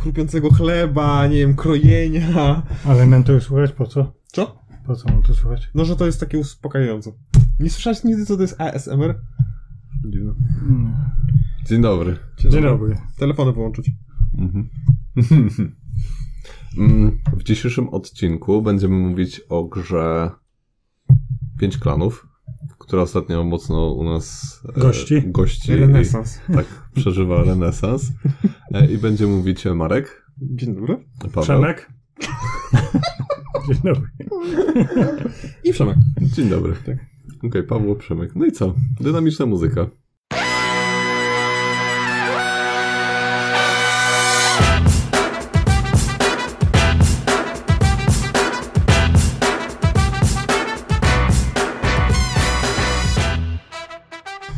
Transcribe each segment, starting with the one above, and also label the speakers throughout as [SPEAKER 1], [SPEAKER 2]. [SPEAKER 1] chrupiącego chleba, nie wiem, krojenia.
[SPEAKER 2] Ale mam to słuchać, po co?
[SPEAKER 1] Co?
[SPEAKER 2] Po co mam to słuchać?
[SPEAKER 1] No, że to jest takie uspokajające. Nie słyszałeś nigdy, co to jest ASMR?
[SPEAKER 3] Dzień
[SPEAKER 2] Mm.
[SPEAKER 3] Dzień dobry.
[SPEAKER 2] Dzień dobry.
[SPEAKER 1] Telefony połączyć.
[SPEAKER 3] Mhm. Mm, w dzisiejszym odcinku będziemy mówić o grze Pięć Klanów, która ostatnio mocno u nas e,
[SPEAKER 2] Gości.
[SPEAKER 3] gości
[SPEAKER 1] Renesans.
[SPEAKER 3] I, tak, przeżywa renesans. E, I będzie mówić Marek,
[SPEAKER 1] Dzień dobry.
[SPEAKER 3] Paweł.
[SPEAKER 2] Przemek? Dzień dobry.
[SPEAKER 1] I Przemek.
[SPEAKER 3] Dzień dobry.
[SPEAKER 1] Tak.
[SPEAKER 3] Okej, Paweł, Przemek. No i co? Dynamiczna muzyka.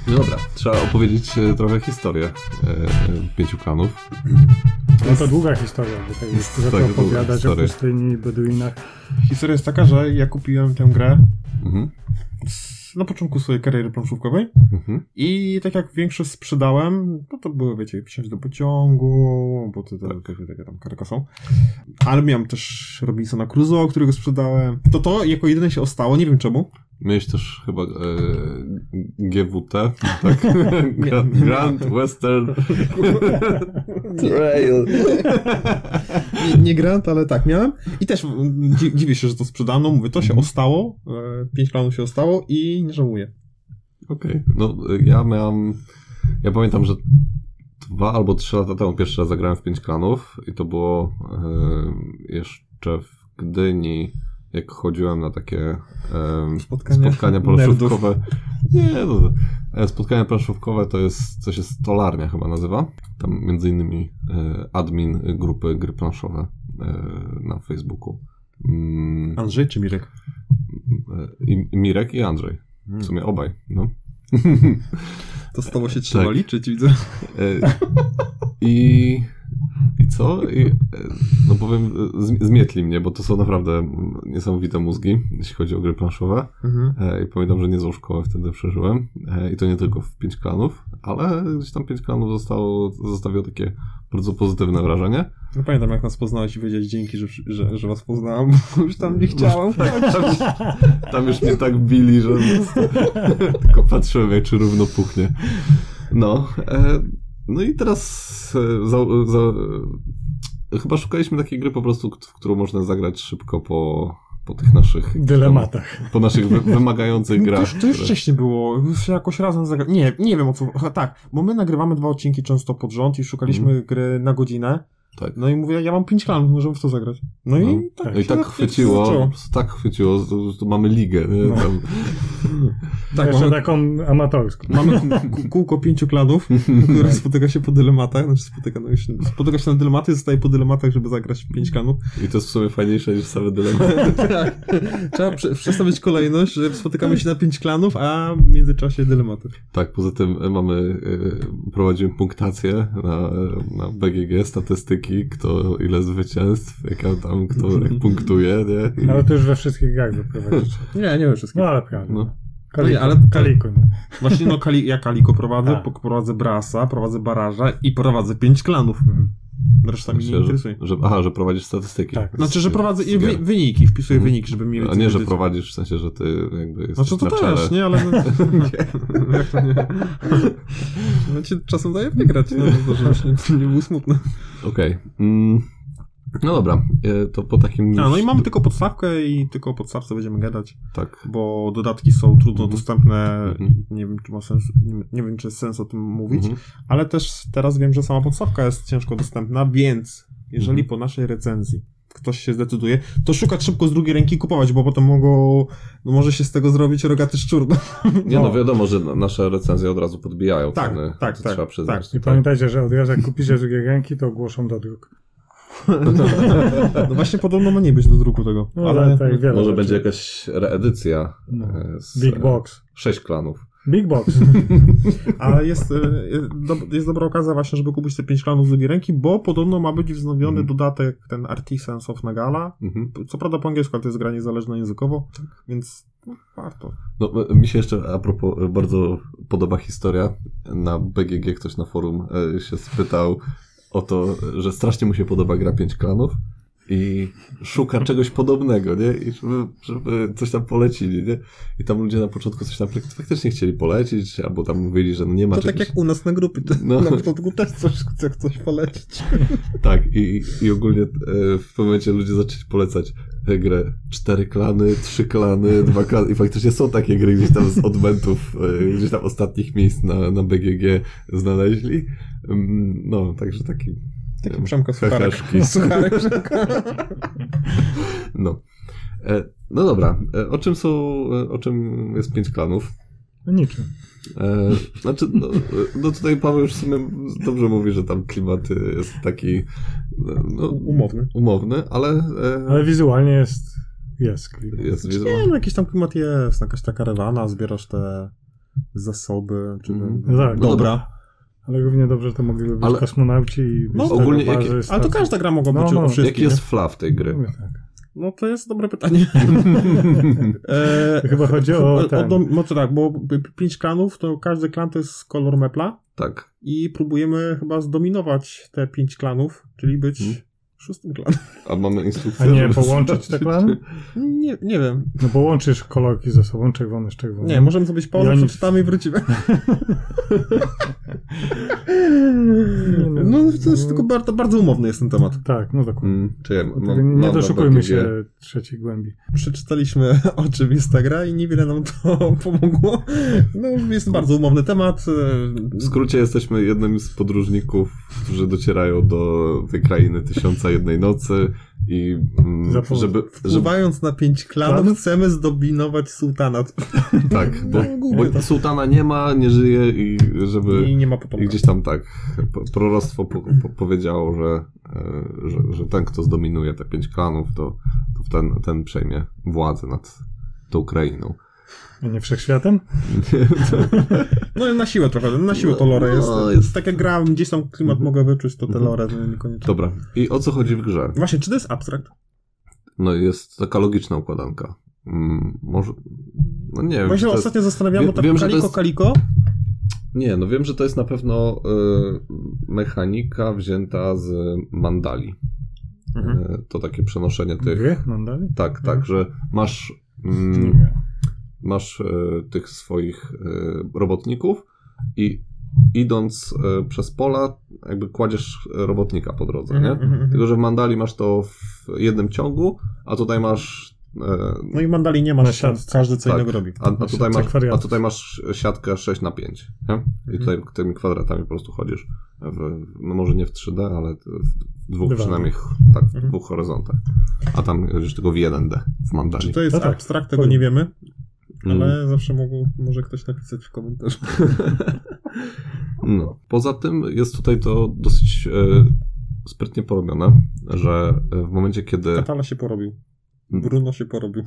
[SPEAKER 3] No Dobra, trzeba opowiedzieć e, trochę historię e, e, pięciu klanów.
[SPEAKER 2] No to długa historia, bo tak jest
[SPEAKER 3] Jest
[SPEAKER 2] zaczął
[SPEAKER 3] tak długa
[SPEAKER 2] opowiadać o
[SPEAKER 3] historia.
[SPEAKER 2] pustyni i Beduinach.
[SPEAKER 1] Historia jest taka, że ja kupiłem tę grę
[SPEAKER 3] Mhm.
[SPEAKER 1] s- na początku swojej kariery planszówkowej
[SPEAKER 3] Mhm.
[SPEAKER 1] i tak jak większość sprzedałem, no to były, wiecie, wsiąść do pociągu, bo to tak. takie, takie tam karka są. Ale miałem też Robinsona Crusoe, którego sprzedałem. To to jako jedyne się ostało, nie wiem czemu.
[SPEAKER 3] Miałeś też chyba e, GWT, tak? Grand,
[SPEAKER 1] Nie.
[SPEAKER 3] Grand Western
[SPEAKER 1] Trail. nie, nie grant, ale tak miałem. I też mm, dzi- dziwię się, że to sprzedano. Mówię, to się ostało. E, pięć planów się ostało i nie żałuję.
[SPEAKER 3] Okej, no y, ja miałem, ja pamiętam, że dwa albo trzy lata temu pierwszy raz zagrałem w pięć klanów i to było y, jeszcze w Gdyni, jak chodziłem na takie y,
[SPEAKER 1] Spotkania
[SPEAKER 3] spotkania
[SPEAKER 1] nerdów.
[SPEAKER 3] planszówkowe. Nie, no, e, spotkania planszówkowe to jest, coś jest stolarnia chyba nazywa. Tam między innymi e, admin grupy gry planszowe e, na Facebooku. Mm,
[SPEAKER 1] Andrzej czy Mirek?
[SPEAKER 3] e, i, i Mirek i Andrzej. W sumie obaj, no.
[SPEAKER 1] To stało się trzeba
[SPEAKER 3] Tak.
[SPEAKER 1] liczyć, widzę.
[SPEAKER 3] E, I, I co? I, e, no powiem, e, zm- zmietli mnie, bo to są naprawdę mm, niesamowite mózgi, jeśli chodzi o gry planszowe.
[SPEAKER 1] Mhm.
[SPEAKER 3] E, I pamiętam, że niezłą szkołę wtedy przeżyłem. E, I to nie tylko w pięć klanów, ale gdzieś tam pięć klanów zostało, zostawiło takie bardzo pozytywne wrażenie.
[SPEAKER 1] No pamiętam, jak nas poznałeś i wiedziałeś dzięki, że, że, że was poznałam, bo już tam nie
[SPEAKER 3] No,
[SPEAKER 1] chciałem.
[SPEAKER 3] Tam,
[SPEAKER 1] No,
[SPEAKER 3] tam już mnie tak bili, że tylko patrzyłem, jak czy równo puchnie. No, e, no i teraz e, za, za, e, chyba szukaliśmy takiej gry po prostu, k- w którą można zagrać szybko po, po tych naszych...
[SPEAKER 2] Dylematach.
[SPEAKER 3] Po naszych wy, wymagających
[SPEAKER 1] No, To
[SPEAKER 3] grach.
[SPEAKER 1] już, to już
[SPEAKER 3] które-
[SPEAKER 1] wcześniej było, już się jakoś razem zagraliśmy. Nie, nie wiem o co. Aha, tak, bo my nagrywamy dwa odcinki często pod rząd i szukaliśmy
[SPEAKER 3] Mhm.
[SPEAKER 1] gry na godzinę.
[SPEAKER 3] Tak.
[SPEAKER 1] No i mówię, ja mam pięć klanów, możemy w to zagrać. No,
[SPEAKER 3] No.
[SPEAKER 1] i tak,
[SPEAKER 3] No I
[SPEAKER 1] się
[SPEAKER 3] tak
[SPEAKER 1] na-
[SPEAKER 3] chwyciło,
[SPEAKER 1] zaczęło.
[SPEAKER 3] po prostu tak chwyciło, że- że tu mamy ligę. Nie?
[SPEAKER 2] No.
[SPEAKER 3] Tam,
[SPEAKER 1] Tak,
[SPEAKER 2] Jeszcze
[SPEAKER 1] mamy-
[SPEAKER 2] taką amatorską.
[SPEAKER 1] Mamy kół- kół- kółko pięciu klanów, które spotyka się po dylematach, znaczy spotyka, no już, spotyka się na dylematy i zostaje po dylematach, żeby zagrać pięć klanów.
[SPEAKER 3] I to jest w sumie fajniejsze niż same dylematy.
[SPEAKER 1] tak. Trzeba prze- przestawić kolejność, że spotykamy się na pięć klanów, a w międzyczasie dylematy.
[SPEAKER 3] Tak, poza tym mamy, e, prowadzimy punktację na, na BGG, statystyki, kto ile zwycięstw, jaka tam, kto jak punktuje,
[SPEAKER 1] Tak,
[SPEAKER 3] nie? I,
[SPEAKER 2] No Ale to już we wszystkich grach wyprowadzicie.
[SPEAKER 1] Nie, nie wiem wszystkich.
[SPEAKER 2] No ale prawda.
[SPEAKER 3] no.
[SPEAKER 2] Kaliko,
[SPEAKER 1] No nie, ale-
[SPEAKER 2] Kaliko, no.
[SPEAKER 1] Właśnie no, kali, ja Kaliko prowadzę,
[SPEAKER 2] Tak.
[SPEAKER 1] po- prowadzę Brasa, prowadzę Baraża i prowadzę pięć klanów. Reszta mnie nie
[SPEAKER 3] Myślę, że,
[SPEAKER 1] interesuje.
[SPEAKER 3] że, aha, że prowadzisz statystyki.
[SPEAKER 2] Tak.
[SPEAKER 1] Znaczy, że prowadzę i wy,
[SPEAKER 3] Gier.
[SPEAKER 1] wyniki, wpisuję
[SPEAKER 3] Mhm.
[SPEAKER 1] wyniki, żeby mieć
[SPEAKER 3] A nie, że prowadzisz w sensie, że ty jakby jesteś
[SPEAKER 1] Znaczy to
[SPEAKER 3] na czele.
[SPEAKER 1] też, nie, ale... Jak to nie? No ci czasem daje wygrać, no, to, żebyś nie, nie był smutny.
[SPEAKER 3] Okej. Mm. No dobra, e, to po takim...
[SPEAKER 1] A, no i mamy tylko podstawkę i tylko o podstawce będziemy gadać.
[SPEAKER 3] Tak.
[SPEAKER 1] bo dodatki są trudno
[SPEAKER 3] Mhm.
[SPEAKER 1] dostępne.
[SPEAKER 3] Mhm.
[SPEAKER 1] Nie wiem, czy ma sens, nie- nie wiem, czy jest sens o tym mówić,
[SPEAKER 3] Mhm.
[SPEAKER 1] ale też teraz wiem, że sama podstawka jest ciężko dostępna, więc jeżeli po naszej recenzji ktoś się zdecyduje, to szukać szybko z drugiej ręki kupować, bo potem mogą, no może się z tego zrobić rogaty szczur.
[SPEAKER 3] Nie no.
[SPEAKER 2] No.
[SPEAKER 3] wiadomo, że na- nasze recenzje od razu podbijają
[SPEAKER 1] Tak,
[SPEAKER 3] ceny,
[SPEAKER 1] tak,
[SPEAKER 3] to
[SPEAKER 1] tak,
[SPEAKER 3] trzeba przyznać.
[SPEAKER 2] I pamiętajcie, że od razu jak kupicie drugie ręki, to ogłoszą do dróg.
[SPEAKER 1] No właśnie podobno ma nie być do druku tego.
[SPEAKER 2] No, ale tak, wiele
[SPEAKER 3] Może
[SPEAKER 2] rzeczy.
[SPEAKER 3] będzie jakaś reedycja
[SPEAKER 2] No.
[SPEAKER 3] e, z
[SPEAKER 2] Big Box.
[SPEAKER 3] sześć klanów.
[SPEAKER 2] Big Box.
[SPEAKER 1] Ale jest, e, do, jest dobra okazja właśnie, żeby kupić te 5 klanów z drugiej ręki, bo podobno ma być wznowiony
[SPEAKER 3] Mhm.
[SPEAKER 1] dodatek ten Artisans of Nagala,
[SPEAKER 3] Mhm.
[SPEAKER 1] Co prawda po angielsku, ale to jest gra niezależna językowo, więc no, warto.
[SPEAKER 3] No, e, mi się jeszcze a propos e, bardzo podoba historia. Na BGG ktoś na forum e, się spytał, o to, że strasznie mu się podoba gra pięć klanów i szuka czegoś podobnego, nie? I żeby, żeby coś tam polecili, nie? I tam ludzie na początku coś tam faktycznie chcieli polecić, albo tam mówili, że no nie ma
[SPEAKER 1] To tak
[SPEAKER 3] czegoś...
[SPEAKER 1] jak u nas na grupie, to
[SPEAKER 3] No.
[SPEAKER 1] na początku też coś, chce coś polecić.
[SPEAKER 3] Tak, i, i ogólnie e, w pewnym momencie ludzie zaczęli polecać tę grę. Cztery klany, trzy klany, dwa klany. I faktycznie są takie gry gdzieś tam z odmentów, e, gdzieś tam ostatnich miejsc na, na BGG znaleźli. Mm, No, także taki
[SPEAKER 1] Taki Przemko Sucharek.
[SPEAKER 3] heheszki.
[SPEAKER 1] Sucharek Przemka.
[SPEAKER 3] No. E, No dobra, e, o czym są, e, o czym jest pięć klanów?
[SPEAKER 2] No niczym.
[SPEAKER 3] E, Znaczy, no, e, no tutaj Paweł już w sumie dobrze mówi, że tam klimat e, jest taki e, no,
[SPEAKER 1] Umowny.
[SPEAKER 3] umowny, ale e,
[SPEAKER 2] Ale wizualnie jest, jest klimat.
[SPEAKER 3] jest
[SPEAKER 1] Nie,
[SPEAKER 3] wizualny.
[SPEAKER 1] no jakiś tam klimat jest, jakaś taka karawana, zbierasz te zasoby, czy
[SPEAKER 3] Mhm.
[SPEAKER 1] te
[SPEAKER 2] No tak,
[SPEAKER 3] No
[SPEAKER 1] dobra.
[SPEAKER 2] Ale głównie dobrze to mogliby być
[SPEAKER 3] Ale-
[SPEAKER 2] kosmonauci i
[SPEAKER 1] No,
[SPEAKER 2] być
[SPEAKER 3] ogólnie
[SPEAKER 2] taka
[SPEAKER 3] jakie-
[SPEAKER 2] baza,
[SPEAKER 1] Ale to
[SPEAKER 2] stacja.
[SPEAKER 1] każda gra mogła
[SPEAKER 2] No,
[SPEAKER 1] być
[SPEAKER 2] no.
[SPEAKER 1] o
[SPEAKER 3] Jaki
[SPEAKER 1] wszystkim.
[SPEAKER 3] jest
[SPEAKER 1] nie?
[SPEAKER 3] flaw tej gry?
[SPEAKER 2] Mówię tak.
[SPEAKER 1] No to jest dobre pytanie. E,
[SPEAKER 2] Chyba chodzi o ten.
[SPEAKER 1] dom, no to tak, bo p- p- pięć klanów, to każdy klan to jest kolor mepla
[SPEAKER 3] tak.
[SPEAKER 1] i próbujemy chyba zdominować te pięć klanów, czyli być
[SPEAKER 2] Hmm.
[SPEAKER 3] Mhm.
[SPEAKER 1] szóstym klanem.
[SPEAKER 3] A mamy
[SPEAKER 2] A
[SPEAKER 3] instrukcję.
[SPEAKER 2] nie
[SPEAKER 3] żeby
[SPEAKER 2] połączyć te
[SPEAKER 3] sprawdzić.
[SPEAKER 2] klany?
[SPEAKER 1] Nie, nie wiem.
[SPEAKER 2] No bo łączysz kolorki ze sobą, czerwony z czerwonym.
[SPEAKER 1] Nie, możemy sobie pauzę,
[SPEAKER 2] Hmm. Ja nic-
[SPEAKER 1] przeczytamy i wrócimy.
[SPEAKER 2] no,
[SPEAKER 1] No to jest
[SPEAKER 2] no.
[SPEAKER 1] tylko bardzo, bardzo umowny jest ten temat.
[SPEAKER 2] Tak, no dokładnie.
[SPEAKER 3] Mm, czekaj, mam,
[SPEAKER 2] Dlatego
[SPEAKER 3] mam
[SPEAKER 2] nie
[SPEAKER 3] na
[SPEAKER 2] doszukujmy
[SPEAKER 3] BGG.
[SPEAKER 2] się trzeciej głębi.
[SPEAKER 1] przeczytaliśmy o czym jest ta gra i niewiele nam to pomogło. No, jest bardzo umowny temat. E,
[SPEAKER 3] W skrócie jesteśmy jednym z podróżników, którzy docierają do tej krainy Tysiąca Jednej Nocy i mm,
[SPEAKER 2] Zapomnę.
[SPEAKER 3] żeby, żeby...
[SPEAKER 1] Używając na pięć klanów,
[SPEAKER 2] Klanów?
[SPEAKER 1] chcemy zdominować sułtanat.
[SPEAKER 3] Tak, bo,
[SPEAKER 1] No, głupie
[SPEAKER 3] bo
[SPEAKER 1] to.
[SPEAKER 3] sułtana nie ma, nie żyje i żeby...
[SPEAKER 1] I nie ma
[SPEAKER 3] I
[SPEAKER 1] potomka.
[SPEAKER 3] gdzieś tam tak, po- proroctwo po, po, powiedziało, że, e, że, że ten, kto zdominuje te pięć klanów, to, to ten, ten przejmie władzę nad tą krainą.
[SPEAKER 2] A nie wszechświatem?
[SPEAKER 1] No na siłę trochę, na siłę to lore
[SPEAKER 3] No,
[SPEAKER 1] jest.
[SPEAKER 3] jest-
[SPEAKER 1] Tak jak grałem, gdzieś tam klimat
[SPEAKER 3] Mhm.
[SPEAKER 1] mogę wyczuć, to te
[SPEAKER 3] Mhm.
[SPEAKER 1] lore no, niekoniecznie.
[SPEAKER 3] Dobra, i o co chodzi w grze?
[SPEAKER 1] Właśnie, czy to jest abstrakt?
[SPEAKER 3] No jest taka logiczna układanka. Mm, może. No nie wiem.
[SPEAKER 1] Bo
[SPEAKER 3] Czy
[SPEAKER 1] się
[SPEAKER 3] to jest,
[SPEAKER 1] ostatnio zastanawiałem, bo
[SPEAKER 3] Wie-
[SPEAKER 1] tak
[SPEAKER 3] wiem, że to
[SPEAKER 1] kaliko,
[SPEAKER 3] jest-
[SPEAKER 1] kaliko.
[SPEAKER 3] nie, no wiem, że to jest na pewno y, mechanika wzięta z mandali.
[SPEAKER 1] Mhm.
[SPEAKER 3] Y, to takie przenoszenie tych.
[SPEAKER 2] Gry? Mam dalej?
[SPEAKER 3] Tak, tak,
[SPEAKER 2] Mhm.
[SPEAKER 3] że masz.
[SPEAKER 2] Nie
[SPEAKER 3] Mm,
[SPEAKER 2] wiem.
[SPEAKER 3] masz e, tych swoich e, robotników i idąc e, przez pola, jakby kładziesz e, robotnika po drodze,
[SPEAKER 1] Mhm, mhm,
[SPEAKER 3] nie?
[SPEAKER 1] mhm.
[SPEAKER 3] Tylko, że w Mandali masz to w jednym ciągu, a tutaj masz. e,
[SPEAKER 1] No i mandali nie ma,
[SPEAKER 2] Na
[SPEAKER 1] że tam
[SPEAKER 2] siatce.
[SPEAKER 1] każdy co
[SPEAKER 3] Tak.
[SPEAKER 1] innego robi. Znaczy,
[SPEAKER 3] A, a, tutaj masz, a
[SPEAKER 2] akwariatów.
[SPEAKER 3] tutaj masz siatkę 6 na 5 nie?
[SPEAKER 1] Mhm.
[SPEAKER 3] I tutaj tymi kwadratami po prostu chodzisz. W, no może nie w 3D, ale w dwóch
[SPEAKER 2] Dwa.
[SPEAKER 3] przynajmniej, tak, w
[SPEAKER 1] Mhm.
[SPEAKER 3] dwóch horyzontach. A tam chodzisz tylko w 1D w
[SPEAKER 1] Czy
[SPEAKER 3] Mandali.
[SPEAKER 1] to jest
[SPEAKER 2] No tak.
[SPEAKER 1] abstrakt, tego
[SPEAKER 2] Powiem.
[SPEAKER 1] nie wiemy,
[SPEAKER 3] Mm.
[SPEAKER 1] ale zawsze mogą, może ktoś napisać w komentarzu.
[SPEAKER 3] No. Poza tym jest tutaj to dosyć e, sprytnie porobione, że e, w momencie kiedy...
[SPEAKER 1] Katala się porobił.
[SPEAKER 3] Mm.
[SPEAKER 1] Bruno się porobił.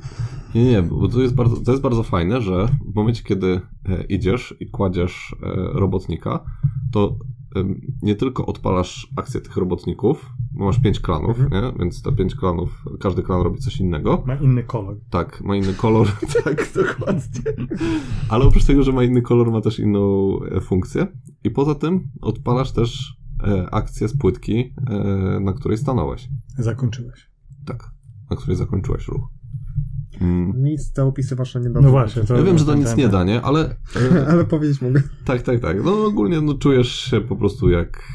[SPEAKER 3] Nie, nie, bo to jest bardzo, to jest bardzo fajne, że w momencie kiedy e, idziesz i kładziesz e, robotnika, to em, nie tylko odpalasz akcję tych robotników, bo masz pięć klanów, nie? więc te pięć klanów, każdy klan robi coś innego.
[SPEAKER 2] Ma inny kolor.
[SPEAKER 3] Tak, ma inny kolor, tak, dokładnie. Ale oprócz tego, że ma inny kolor, ma też inną e, funkcję. I poza tym odpalasz też e, akcję z płytki, e, na której stanąłeś.
[SPEAKER 2] Zakończyłeś.
[SPEAKER 3] Tak, na której zakończyłeś ruch. Mm.
[SPEAKER 1] Nic te opisy wasze nie dały.
[SPEAKER 2] No właśnie. To
[SPEAKER 3] Ja wiem, że to
[SPEAKER 2] ten-
[SPEAKER 3] nic
[SPEAKER 2] ten-
[SPEAKER 3] nie da, nie?
[SPEAKER 1] tak.
[SPEAKER 3] Ale e,
[SPEAKER 1] Ale powiedzieć mogę.
[SPEAKER 3] tak, tak, tak. No ogólnie no, czujesz się po prostu jak,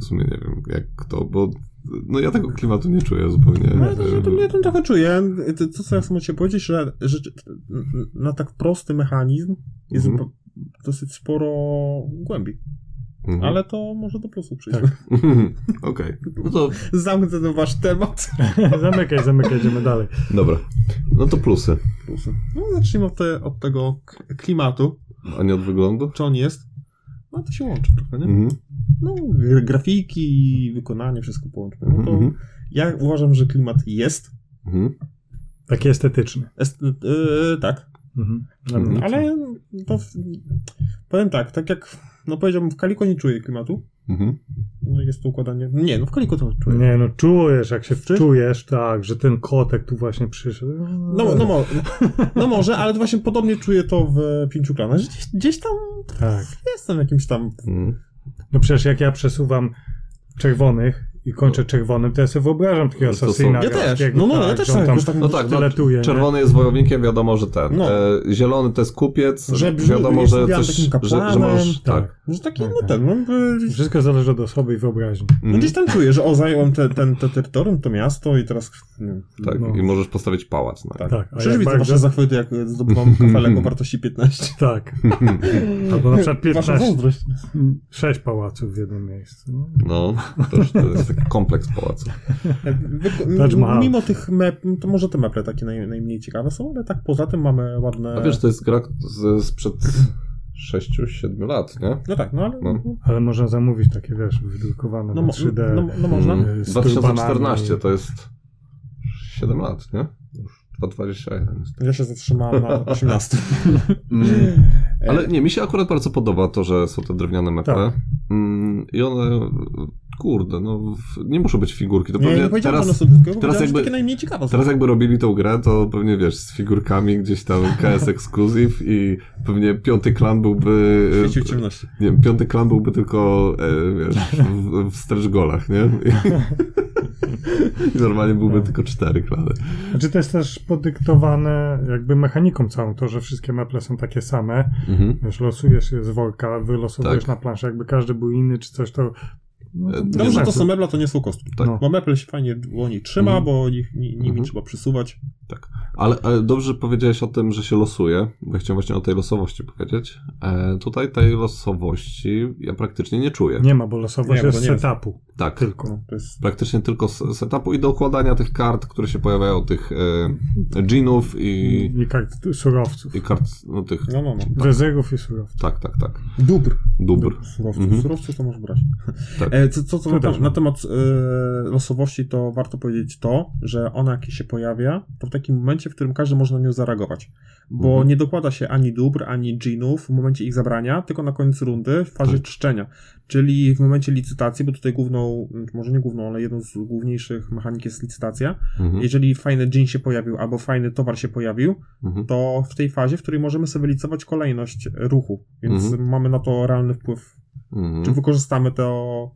[SPEAKER 3] w sumie nie wiem, jak kto, bo no ja tego klimatu nie czuję zupełnie.
[SPEAKER 1] No, ja, też, ja,
[SPEAKER 3] E,
[SPEAKER 1] tam, ja tam trochę czuję. To, co ja chcę ci powiedzieć, że, że na tak prosty mechanizm jest
[SPEAKER 3] Mhm.
[SPEAKER 1] po- dosyć sporo głębi.
[SPEAKER 3] mhm.
[SPEAKER 1] Ale to może do plusu przyjść.
[SPEAKER 2] Tak.
[SPEAKER 3] Okej, no to
[SPEAKER 1] Zamknę ten wasz temat.
[SPEAKER 2] zamykaj, zamykaj, idziemy dalej.
[SPEAKER 3] dobra. No to plusy,
[SPEAKER 1] Plusy. No zacznijmy od, te, od tego k- klimatu.
[SPEAKER 3] a nie od wyglądu.
[SPEAKER 1] Czy on jest? No to się łączy trochę, nie?
[SPEAKER 3] Mhm.
[SPEAKER 1] No, gr- grafiki, wykonanie, wszystko połączmy. No to
[SPEAKER 3] Mhm.
[SPEAKER 1] ja uważam, że klimat jest.
[SPEAKER 3] Mhm.
[SPEAKER 2] Taki estetyczny.
[SPEAKER 1] Est- yy, tak.
[SPEAKER 2] Mhm. Dla mnie.
[SPEAKER 3] Mhm.
[SPEAKER 1] Ale to w, powiem tak, tak jak no powiedziałbym, w Kaliko nie czuję klimatu.
[SPEAKER 3] Mhm.
[SPEAKER 1] No Jest to układanie. Nie, no w Kaliko to czuję.
[SPEAKER 2] Nie, no czujesz, jak się wczujesz, tak, że ten kotek tu właśnie przyszedł.
[SPEAKER 1] No, no, mo- no może, ale to właśnie podobnie czuję to w Pięciu Klanach, że gdzieś, gdzieś tam
[SPEAKER 2] Tak.
[SPEAKER 1] jestem jakimś tam.
[SPEAKER 3] Mhm.
[SPEAKER 2] No przecież jak ja przesuwam czerwonych i kończę czerwonym, to ja sobie wyobrażam takiego
[SPEAKER 3] No To są-
[SPEAKER 2] asasyna.
[SPEAKER 1] Ja też.
[SPEAKER 2] greckiego,
[SPEAKER 1] No, no, ja
[SPEAKER 2] tak,
[SPEAKER 1] też
[SPEAKER 2] że on
[SPEAKER 1] tak,
[SPEAKER 2] tam
[SPEAKER 1] już tak-
[SPEAKER 3] No tak, no,
[SPEAKER 2] sztyletuje, nie?
[SPEAKER 3] czerwony jest wojownikiem, wiadomo, że ten.
[SPEAKER 1] No.
[SPEAKER 3] E, zielony to jest kupiec,
[SPEAKER 1] Żebrzy-
[SPEAKER 3] wiadomo,
[SPEAKER 1] jest
[SPEAKER 3] że
[SPEAKER 1] Indian
[SPEAKER 3] coś,
[SPEAKER 1] takim
[SPEAKER 3] że, że
[SPEAKER 1] kapłanem,
[SPEAKER 3] masz, tak.
[SPEAKER 2] tak.
[SPEAKER 1] Że taki,
[SPEAKER 2] Tak,
[SPEAKER 1] no
[SPEAKER 2] tak.
[SPEAKER 1] ten, no, by-
[SPEAKER 2] Wszystko zależy od osoby i wyobraźni.
[SPEAKER 1] no
[SPEAKER 3] Mhm.
[SPEAKER 1] gdzieś tam czuję, że o, zająłem te, ten, te terytorium, to miasto i teraz... Nie, wiem,
[SPEAKER 3] Tak,
[SPEAKER 2] No.
[SPEAKER 3] i możesz postawić pałac. No.
[SPEAKER 1] tak.
[SPEAKER 2] Tak, a
[SPEAKER 1] Przecież
[SPEAKER 2] jak
[SPEAKER 1] widzę
[SPEAKER 2] bardzo-
[SPEAKER 1] wasze zachwyty, jak zdobywam kafelek o wartości 15.
[SPEAKER 2] Tak. Albo na przykład
[SPEAKER 1] Wasza
[SPEAKER 2] 15,
[SPEAKER 1] zazdrość.
[SPEAKER 2] sześć pałaców w jednym miejscu. No.
[SPEAKER 3] No, to, już- to jest taki kompleks pałaców.
[SPEAKER 1] Wy-
[SPEAKER 2] Taj Mahal.
[SPEAKER 1] Mimo tych map, to może te meple takie naj, najmniej ciekawe są, ale tak poza tym mamy ładne...
[SPEAKER 3] A wiesz, to jest gra z- sprzed 6-7 lat, nie?
[SPEAKER 1] No tak, no ale...
[SPEAKER 3] No.
[SPEAKER 1] No,
[SPEAKER 2] Ale można zamówić takie, wiesz, wydrukowane
[SPEAKER 1] no,
[SPEAKER 2] na
[SPEAKER 1] mo-
[SPEAKER 2] 3D.
[SPEAKER 1] no, no można.
[SPEAKER 3] Mm,
[SPEAKER 2] Z
[SPEAKER 3] 2014
[SPEAKER 2] turbanami.
[SPEAKER 3] to jest 7 lat, nie? Już 2021 jest.
[SPEAKER 1] Ja się zatrzymałem na 18. Mm.
[SPEAKER 3] Ale nie, mi się akurat bardzo podoba to, że są te drewniane meple.
[SPEAKER 2] Tak.
[SPEAKER 3] Mm, I one, kurde, no w- nie muszą być figurki. To
[SPEAKER 1] nie,
[SPEAKER 3] pewnie
[SPEAKER 1] nie powiedziałem, że one
[SPEAKER 3] teraz,
[SPEAKER 1] są brzydkie, teraz
[SPEAKER 3] jakby-
[SPEAKER 1] jakby, takie najmniej ciekawe są.
[SPEAKER 3] teraz jakby robili tą grę, to pewnie wiesz, z figurkami gdzieś tam KS Exclusive i pewnie piąty klan byłby... e,
[SPEAKER 1] W świecił ciemności.
[SPEAKER 3] Nie wiem, piąty klan byłby tylko e, wiesz, w, w stretch golach, nie? I normalnie byłby tylko cztery klany.
[SPEAKER 2] Znaczy to jest też podyktowane jakby mechaniką całą, to, że wszystkie meple są takie same.
[SPEAKER 3] Mhm.
[SPEAKER 2] Wiesz, losujesz je z worka, wylosowujesz
[SPEAKER 3] Tak.
[SPEAKER 2] na planszę, jakby każdy był inny czy coś, to... No,
[SPEAKER 3] E,
[SPEAKER 2] bez
[SPEAKER 3] nie
[SPEAKER 1] Dobrze,
[SPEAKER 2] sensu.
[SPEAKER 1] to są mebla, to nie są kostki.
[SPEAKER 3] Tak.
[SPEAKER 1] Bo meble się fajnie dłoni trzyma,
[SPEAKER 3] Mhm.
[SPEAKER 1] bo nich, ni, nimi
[SPEAKER 3] Mhm.
[SPEAKER 1] trzeba przesuwać.
[SPEAKER 3] Ale, ale dobrze powiedziałeś o tym, że się losuje, bo ja chciałem właśnie o tej losowości powiedzieć. E, tutaj tej losowości ja praktycznie nie czuję.
[SPEAKER 2] Nie ma, bo losowość
[SPEAKER 1] Nie, bo
[SPEAKER 2] jest
[SPEAKER 1] to nie jest.
[SPEAKER 2] setupu
[SPEAKER 3] Tak.
[SPEAKER 2] tylko.
[SPEAKER 1] No, to jest...
[SPEAKER 3] Praktycznie tylko s- setupu i dokładania tych kart, które się pojawiają, tych e, dżinów i,
[SPEAKER 2] I kart surowców.
[SPEAKER 3] i kart, no tych,
[SPEAKER 1] No, no, no.
[SPEAKER 2] Rezerwów i surowców.
[SPEAKER 3] tak, tak, tak,
[SPEAKER 1] Dóbr.
[SPEAKER 3] dóbr.
[SPEAKER 1] Surowców.
[SPEAKER 3] Mhm.
[SPEAKER 1] Surowców to możesz brać.
[SPEAKER 3] Tak.
[SPEAKER 1] E, Co, co, co
[SPEAKER 2] To
[SPEAKER 1] na,
[SPEAKER 2] też
[SPEAKER 1] na
[SPEAKER 2] mam.
[SPEAKER 1] temat e, losowości, to warto powiedzieć to, że ona jak się pojawia, to w takim momencie, w którym każdy może na nią zareagować. Bo
[SPEAKER 3] Mhm.
[SPEAKER 1] nie dokłada się ani dóbr, ani dżinów w momencie ich zabrania, tylko na końcu rundy w fazie
[SPEAKER 3] Tak.
[SPEAKER 1] czyszczenia. Czyli w momencie licytacji, bo tutaj główną, może nie główną, ale jedną z główniejszych mechanik jest licytacja.
[SPEAKER 3] Mhm.
[SPEAKER 1] Jeżeli fajny dżin się pojawił, albo fajny towar się pojawił,
[SPEAKER 3] Mhm.
[SPEAKER 1] to w tej fazie, w której możemy sobie licować kolejność ruchu, więc
[SPEAKER 3] Mhm.
[SPEAKER 1] mamy na to realny wpływ. Czy
[SPEAKER 3] Mhm.
[SPEAKER 1] wykorzystamy to,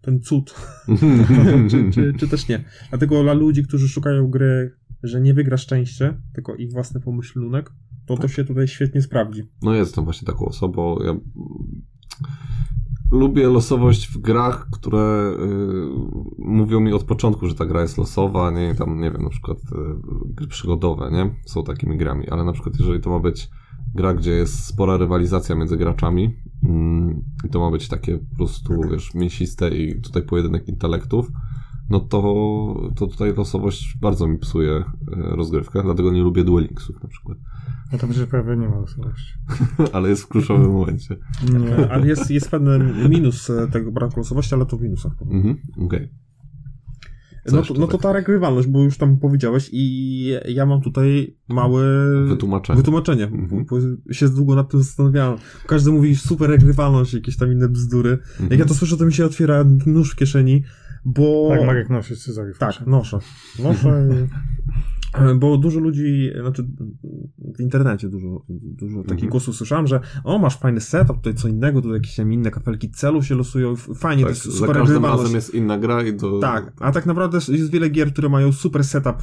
[SPEAKER 1] ten cud, czy, czy, czy też nie. Dlatego dla ludzi, którzy szukają gry, że nie wygra szczęście, tylko ich własny pomyślunek, to
[SPEAKER 3] Tak.
[SPEAKER 1] to się tutaj świetnie sprawdzi.
[SPEAKER 3] No jestem właśnie taką osobą. Ja mm, lubię losowość w grach, które y, mówią mi od początku, że ta gra jest losowa, nie tam, nie wiem, na przykład y, gry przygodowe, nie? Są takimi grami, ale na przykład jeżeli to ma być gra, gdzie jest spora rywalizacja między graczami mm, i to ma być takie po prostu, wiesz, mięsiste i tutaj pojedynek intelektów, no to, to tutaj losowość bardzo mi psuje y, rozgrywkę, dlatego nie lubię duelingsów na przykład,
[SPEAKER 2] No to przecież prawie nie ma losowości.
[SPEAKER 3] ale jest w kluczowym momencie.
[SPEAKER 2] Nie.
[SPEAKER 1] Ale jest, jest pewien minus e, tego braku losowości, ale to w minusach.
[SPEAKER 3] Mhm, tak. okej.
[SPEAKER 1] No
[SPEAKER 3] Coś
[SPEAKER 1] to, no to
[SPEAKER 3] tutaj.
[SPEAKER 1] ta regrywalność, bo już tam powiedziałeś i ja mam tutaj mały...
[SPEAKER 3] Wytłumaczenie.
[SPEAKER 1] Wytłumaczenie.
[SPEAKER 3] Mhm.
[SPEAKER 1] Bo Się długo nad tym zastanawiałem. Każdy mówi super regrywalność, jakieś tam inne bzdury.
[SPEAKER 3] Mhm.
[SPEAKER 1] Jak ja to słyszę, to mi się otwiera nóż w kieszeni, bo...
[SPEAKER 2] Tak, Marek nosi scyzory. w
[SPEAKER 1] Tak,
[SPEAKER 2] kieszeni.
[SPEAKER 1] noszę.
[SPEAKER 3] No
[SPEAKER 1] Noszę. i- E, Bo dużo ludzi, znaczy w internecie dużo, dużo takich
[SPEAKER 3] Mhm.
[SPEAKER 1] głosów słyszałem, że o, masz fajny setup, tutaj co innego, tutaj jakieś tam inne kafelki celu się losują, f- fajnie,
[SPEAKER 3] tak,
[SPEAKER 1] to jest
[SPEAKER 3] za
[SPEAKER 1] super
[SPEAKER 3] każdym razem
[SPEAKER 1] regrywalność.
[SPEAKER 3] jest inna gra i to...
[SPEAKER 1] Tak, a tak naprawdę jest wiele gier, które mają super setup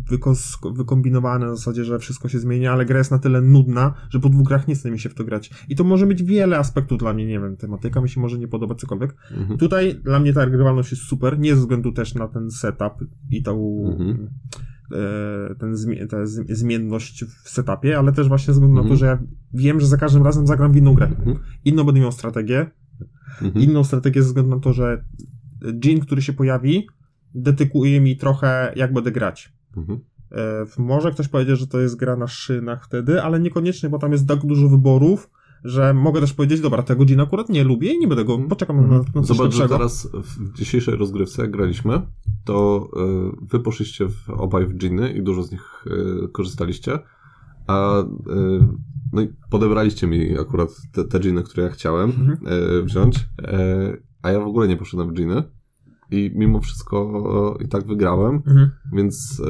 [SPEAKER 1] wykos- wykombinowany na zasadzie, że wszystko się zmienia, ale gra jest na tyle nudna, że po dwóch grach nie chce mi się w to grać. I to może być wiele aspektów dla mnie, nie wiem, tematyka mi się może nie podoba, cokolwiek,
[SPEAKER 3] Mhm.
[SPEAKER 1] Tutaj dla mnie ta grywalność jest super, nie ze względu też na ten setup i tą
[SPEAKER 3] Mhm.
[SPEAKER 1] e, ten zmie- tę zmi- zmienność w setupie, ale też właśnie ze względu na
[SPEAKER 3] Mhm.
[SPEAKER 1] to, że ja wiem, że za każdym razem zagram w inną grę.
[SPEAKER 3] Mhm.
[SPEAKER 1] Inną będę miał strategię,
[SPEAKER 3] Mhm.
[SPEAKER 1] inną strategię ze względu na to, że dżin, który się pojawi, detykuje mi trochę, jak będę grać.
[SPEAKER 3] Mhm.
[SPEAKER 1] E, Może ktoś powiedzieć, że to jest gra na szynach wtedy, ale niekoniecznie, bo tam jest tak dużo wyborów, że mogę też powiedzieć, dobra, tego dżina akurat nie lubię i nie będę go, poczekam na, na no, coś
[SPEAKER 3] Mhm. Zobacz, że
[SPEAKER 1] lepszego.
[SPEAKER 3] teraz w dzisiejszej rozgrywce, jak graliśmy, to y, wy poszliście w, obaj w dżiny i dużo z nich y, korzystaliście, a y, no i podebraliście mi akurat te, te dżiny, które ja chciałem
[SPEAKER 1] Mhm.
[SPEAKER 3] y, wziąć, y, a ja w ogóle nie poszedłem w dżiny i mimo wszystko y, i tak wygrałem,
[SPEAKER 1] Mhm.
[SPEAKER 3] Więc e,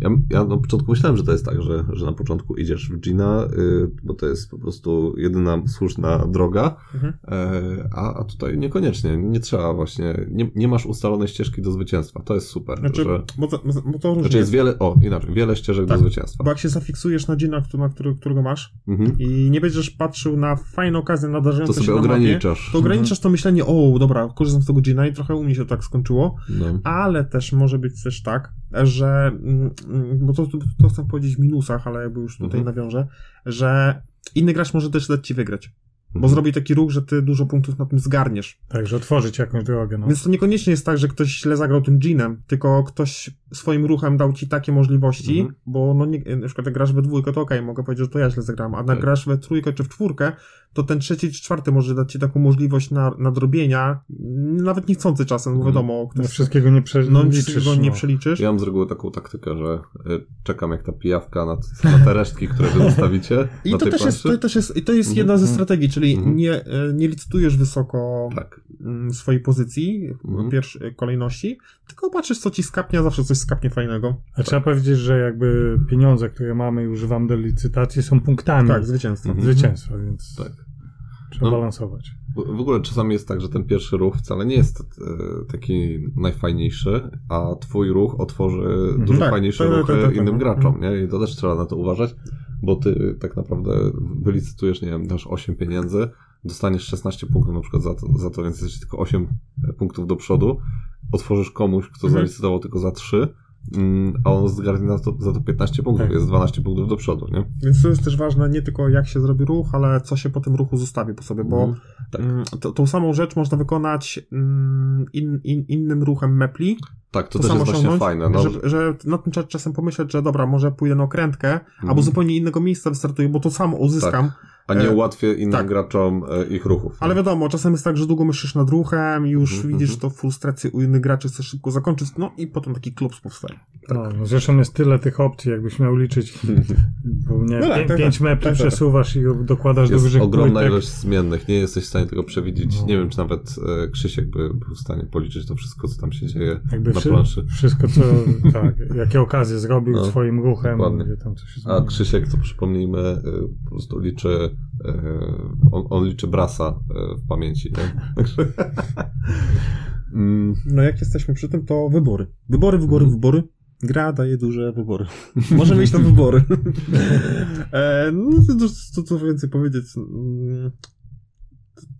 [SPEAKER 3] Ja, ja na początku myślałem, że to jest tak, że, że na początku idziesz w Gina, y, bo to jest po prostu jedyna słuszna droga,
[SPEAKER 1] Mhm.
[SPEAKER 3] e, a, a tutaj niekoniecznie, nie trzeba właśnie, nie, nie masz ustalonej ścieżki do zwycięstwa, to jest super,
[SPEAKER 1] Znaczy,
[SPEAKER 3] że,
[SPEAKER 1] bo to, bo to
[SPEAKER 3] znaczy
[SPEAKER 1] różnie.
[SPEAKER 3] jest wiele, o inaczej, wiele ścieżek
[SPEAKER 1] Tak,
[SPEAKER 3] do zwycięstwa.
[SPEAKER 1] Bo jak się zafiksujesz na dzina, który, który, którego masz
[SPEAKER 3] Mhm.
[SPEAKER 1] i nie będziesz patrzył na fajne okazje
[SPEAKER 3] To
[SPEAKER 1] nadarzające się na
[SPEAKER 3] sobie
[SPEAKER 1] mapie,
[SPEAKER 3] ograniczasz.
[SPEAKER 1] to ograniczasz to myślenie, o dobra, korzystam z tego dzina i trochę u mnie się tak skończyło,
[SPEAKER 3] No.
[SPEAKER 1] ale też może być też tak, że, mm, mm, bo to, to, to chcę powiedzieć w minusach, ale jakby już tutaj
[SPEAKER 3] Mhm.
[SPEAKER 1] nawiążę, że inny gracz może też dać ci wygrać, bo
[SPEAKER 3] Mhm.
[SPEAKER 1] zrobi taki ruch, że ty dużo punktów na tym zgarniesz.
[SPEAKER 2] Także otworzyć jakąś drogę. No.
[SPEAKER 1] Więc to niekoniecznie jest tak, że ktoś źle zagrał tym dżinem, tylko ktoś swoim ruchem dał ci takie możliwości,
[SPEAKER 3] Mhm.
[SPEAKER 1] bo no nie, na przykład jak grasz we dwójkę, to okej, mogę powiedzieć, że to ja źle zagrałem, a jak
[SPEAKER 3] Tak.
[SPEAKER 1] grasz we trójkę czy w czwórkę, to ten trzeci czy czwarty może dać ci taką możliwość na, nadrobienia, m, nawet niechcący czasem, bo
[SPEAKER 3] Mhm.
[SPEAKER 1] wiadomo,
[SPEAKER 2] No,
[SPEAKER 1] ktoś
[SPEAKER 2] wszystkiego nie prze...
[SPEAKER 1] no,
[SPEAKER 2] liczysz,
[SPEAKER 1] wszystkiego nie
[SPEAKER 2] no.
[SPEAKER 1] przeliczysz.
[SPEAKER 3] Ja mam z reguły taką taktykę, że y, czekam jak ta pijawka na, na te resztki, które wy zostawicie
[SPEAKER 1] I
[SPEAKER 3] na
[SPEAKER 1] to
[SPEAKER 3] tej
[SPEAKER 1] też, jest,
[SPEAKER 3] planszy.
[SPEAKER 1] to też jest, i to jest
[SPEAKER 3] Mhm.
[SPEAKER 1] jedna ze strategii, czyli
[SPEAKER 3] Mhm.
[SPEAKER 1] nie, e, nie licytujesz wysoko
[SPEAKER 3] Tak.
[SPEAKER 1] m, swojej pozycji,
[SPEAKER 3] Mhm.
[SPEAKER 1] pierwszej kolejności, tylko patrzysz, co ci skapnia, zawsze coś skapnie fajnego.
[SPEAKER 2] A trzeba powiedzieć, że jakby pieniądze, które mamy i używam do licytacji są punktami
[SPEAKER 1] Tak, zwycięstwo.
[SPEAKER 3] Mhm.
[SPEAKER 2] zwycięstwa, więc
[SPEAKER 3] Tak.
[SPEAKER 2] trzeba
[SPEAKER 3] No.
[SPEAKER 2] balansować.
[SPEAKER 3] W w ogóle czasami jest tak, że ten pierwszy ruch wcale nie jest e, taki najfajniejszy, a twój ruch otworzy
[SPEAKER 2] Mhm.
[SPEAKER 3] dużo
[SPEAKER 1] Tak,
[SPEAKER 3] fajniejsze
[SPEAKER 1] tak, tak,
[SPEAKER 3] ruchy
[SPEAKER 1] tak, tak,
[SPEAKER 3] innym
[SPEAKER 1] tak.
[SPEAKER 3] graczom, nie? I to też trzeba na to uważać, bo ty tak naprawdę wylicytujesz, nie wiem, dasz 8 pieniędzy, dostaniesz 16 punktów na przykład za to, za to więc jesteś tylko 8 punktów do przodu, otworzysz komuś, kto
[SPEAKER 1] Mhm.
[SPEAKER 3] zalicytował tylko za 3, mm, a on zgarnie na to, za to 15 punktów,
[SPEAKER 2] Tak.
[SPEAKER 3] jest 12 punktów do przodu, nie?
[SPEAKER 1] Więc to jest też ważne nie tylko jak się zrobi ruch, ale co się po tym ruchu zostawi po sobie, bo
[SPEAKER 3] Mhm. tak.
[SPEAKER 1] mm, to, tą samą rzecz można wykonać mm, in, in, innym ruchem mepli,
[SPEAKER 3] Tak, to,
[SPEAKER 1] to
[SPEAKER 3] też
[SPEAKER 1] samo
[SPEAKER 3] jest właśnie
[SPEAKER 1] osiągnąć,
[SPEAKER 3] fajne, no,
[SPEAKER 1] że, że na tym trzeba czasem pomyśleć, że dobra, może pójdę na okrętkę,
[SPEAKER 3] Mhm.
[SPEAKER 1] albo zupełnie innego miejsca wystartuję, bo to samo uzyskam,
[SPEAKER 3] a nie
[SPEAKER 1] e,
[SPEAKER 3] ułatwię innym
[SPEAKER 1] tak.
[SPEAKER 3] graczom e, ich ruchów. nie?
[SPEAKER 1] ale wiadomo, czasem jest tak, że długo myślisz nad ruchem, już
[SPEAKER 3] Mhm,
[SPEAKER 1] widzisz
[SPEAKER 3] mhm.
[SPEAKER 1] to frustrację u innych graczy, chcesz szybko zakończyć, no i potem taki klops powstaje.
[SPEAKER 2] No, no, zresztą jest tyle tych opcji, jakbyś miał liczyć, bo nie,
[SPEAKER 1] No tak,
[SPEAKER 2] pię-
[SPEAKER 1] tak,
[SPEAKER 2] pięć
[SPEAKER 1] tak.
[SPEAKER 2] mepli
[SPEAKER 1] Tak, tak.
[SPEAKER 2] przesuwasz i dokładasz do
[SPEAKER 3] Jest
[SPEAKER 2] dużych
[SPEAKER 3] ogromna
[SPEAKER 2] płytek.
[SPEAKER 3] ilość zmiennych, nie jesteś w stanie tego przewidzieć.
[SPEAKER 2] No.
[SPEAKER 3] Nie wiem, czy nawet e, Krzysiek by był w stanie policzyć to wszystko, co tam się dzieje
[SPEAKER 2] Jakby
[SPEAKER 3] na
[SPEAKER 2] wszy-
[SPEAKER 3] planszy.
[SPEAKER 2] Wszystko, co, tak, jakie okazje zrobił
[SPEAKER 3] No,
[SPEAKER 2] swoim ruchem,
[SPEAKER 3] dokładnie.
[SPEAKER 2] gdzie tam coś się
[SPEAKER 3] A
[SPEAKER 2] zmieniło.
[SPEAKER 3] Krzysiek, to przypomnijmy, e, po prostu liczy, e, on, on liczy brasa e, w pamięci. Nie? Także- Mm,
[SPEAKER 1] No jak jesteśmy przy tym, to wybory. Wybory, wybory,
[SPEAKER 3] Mhm.
[SPEAKER 1] wybory. Gra daje duże wybory. Możemy iść na wybory. e, no to co tu więcej powiedzieć. Mm,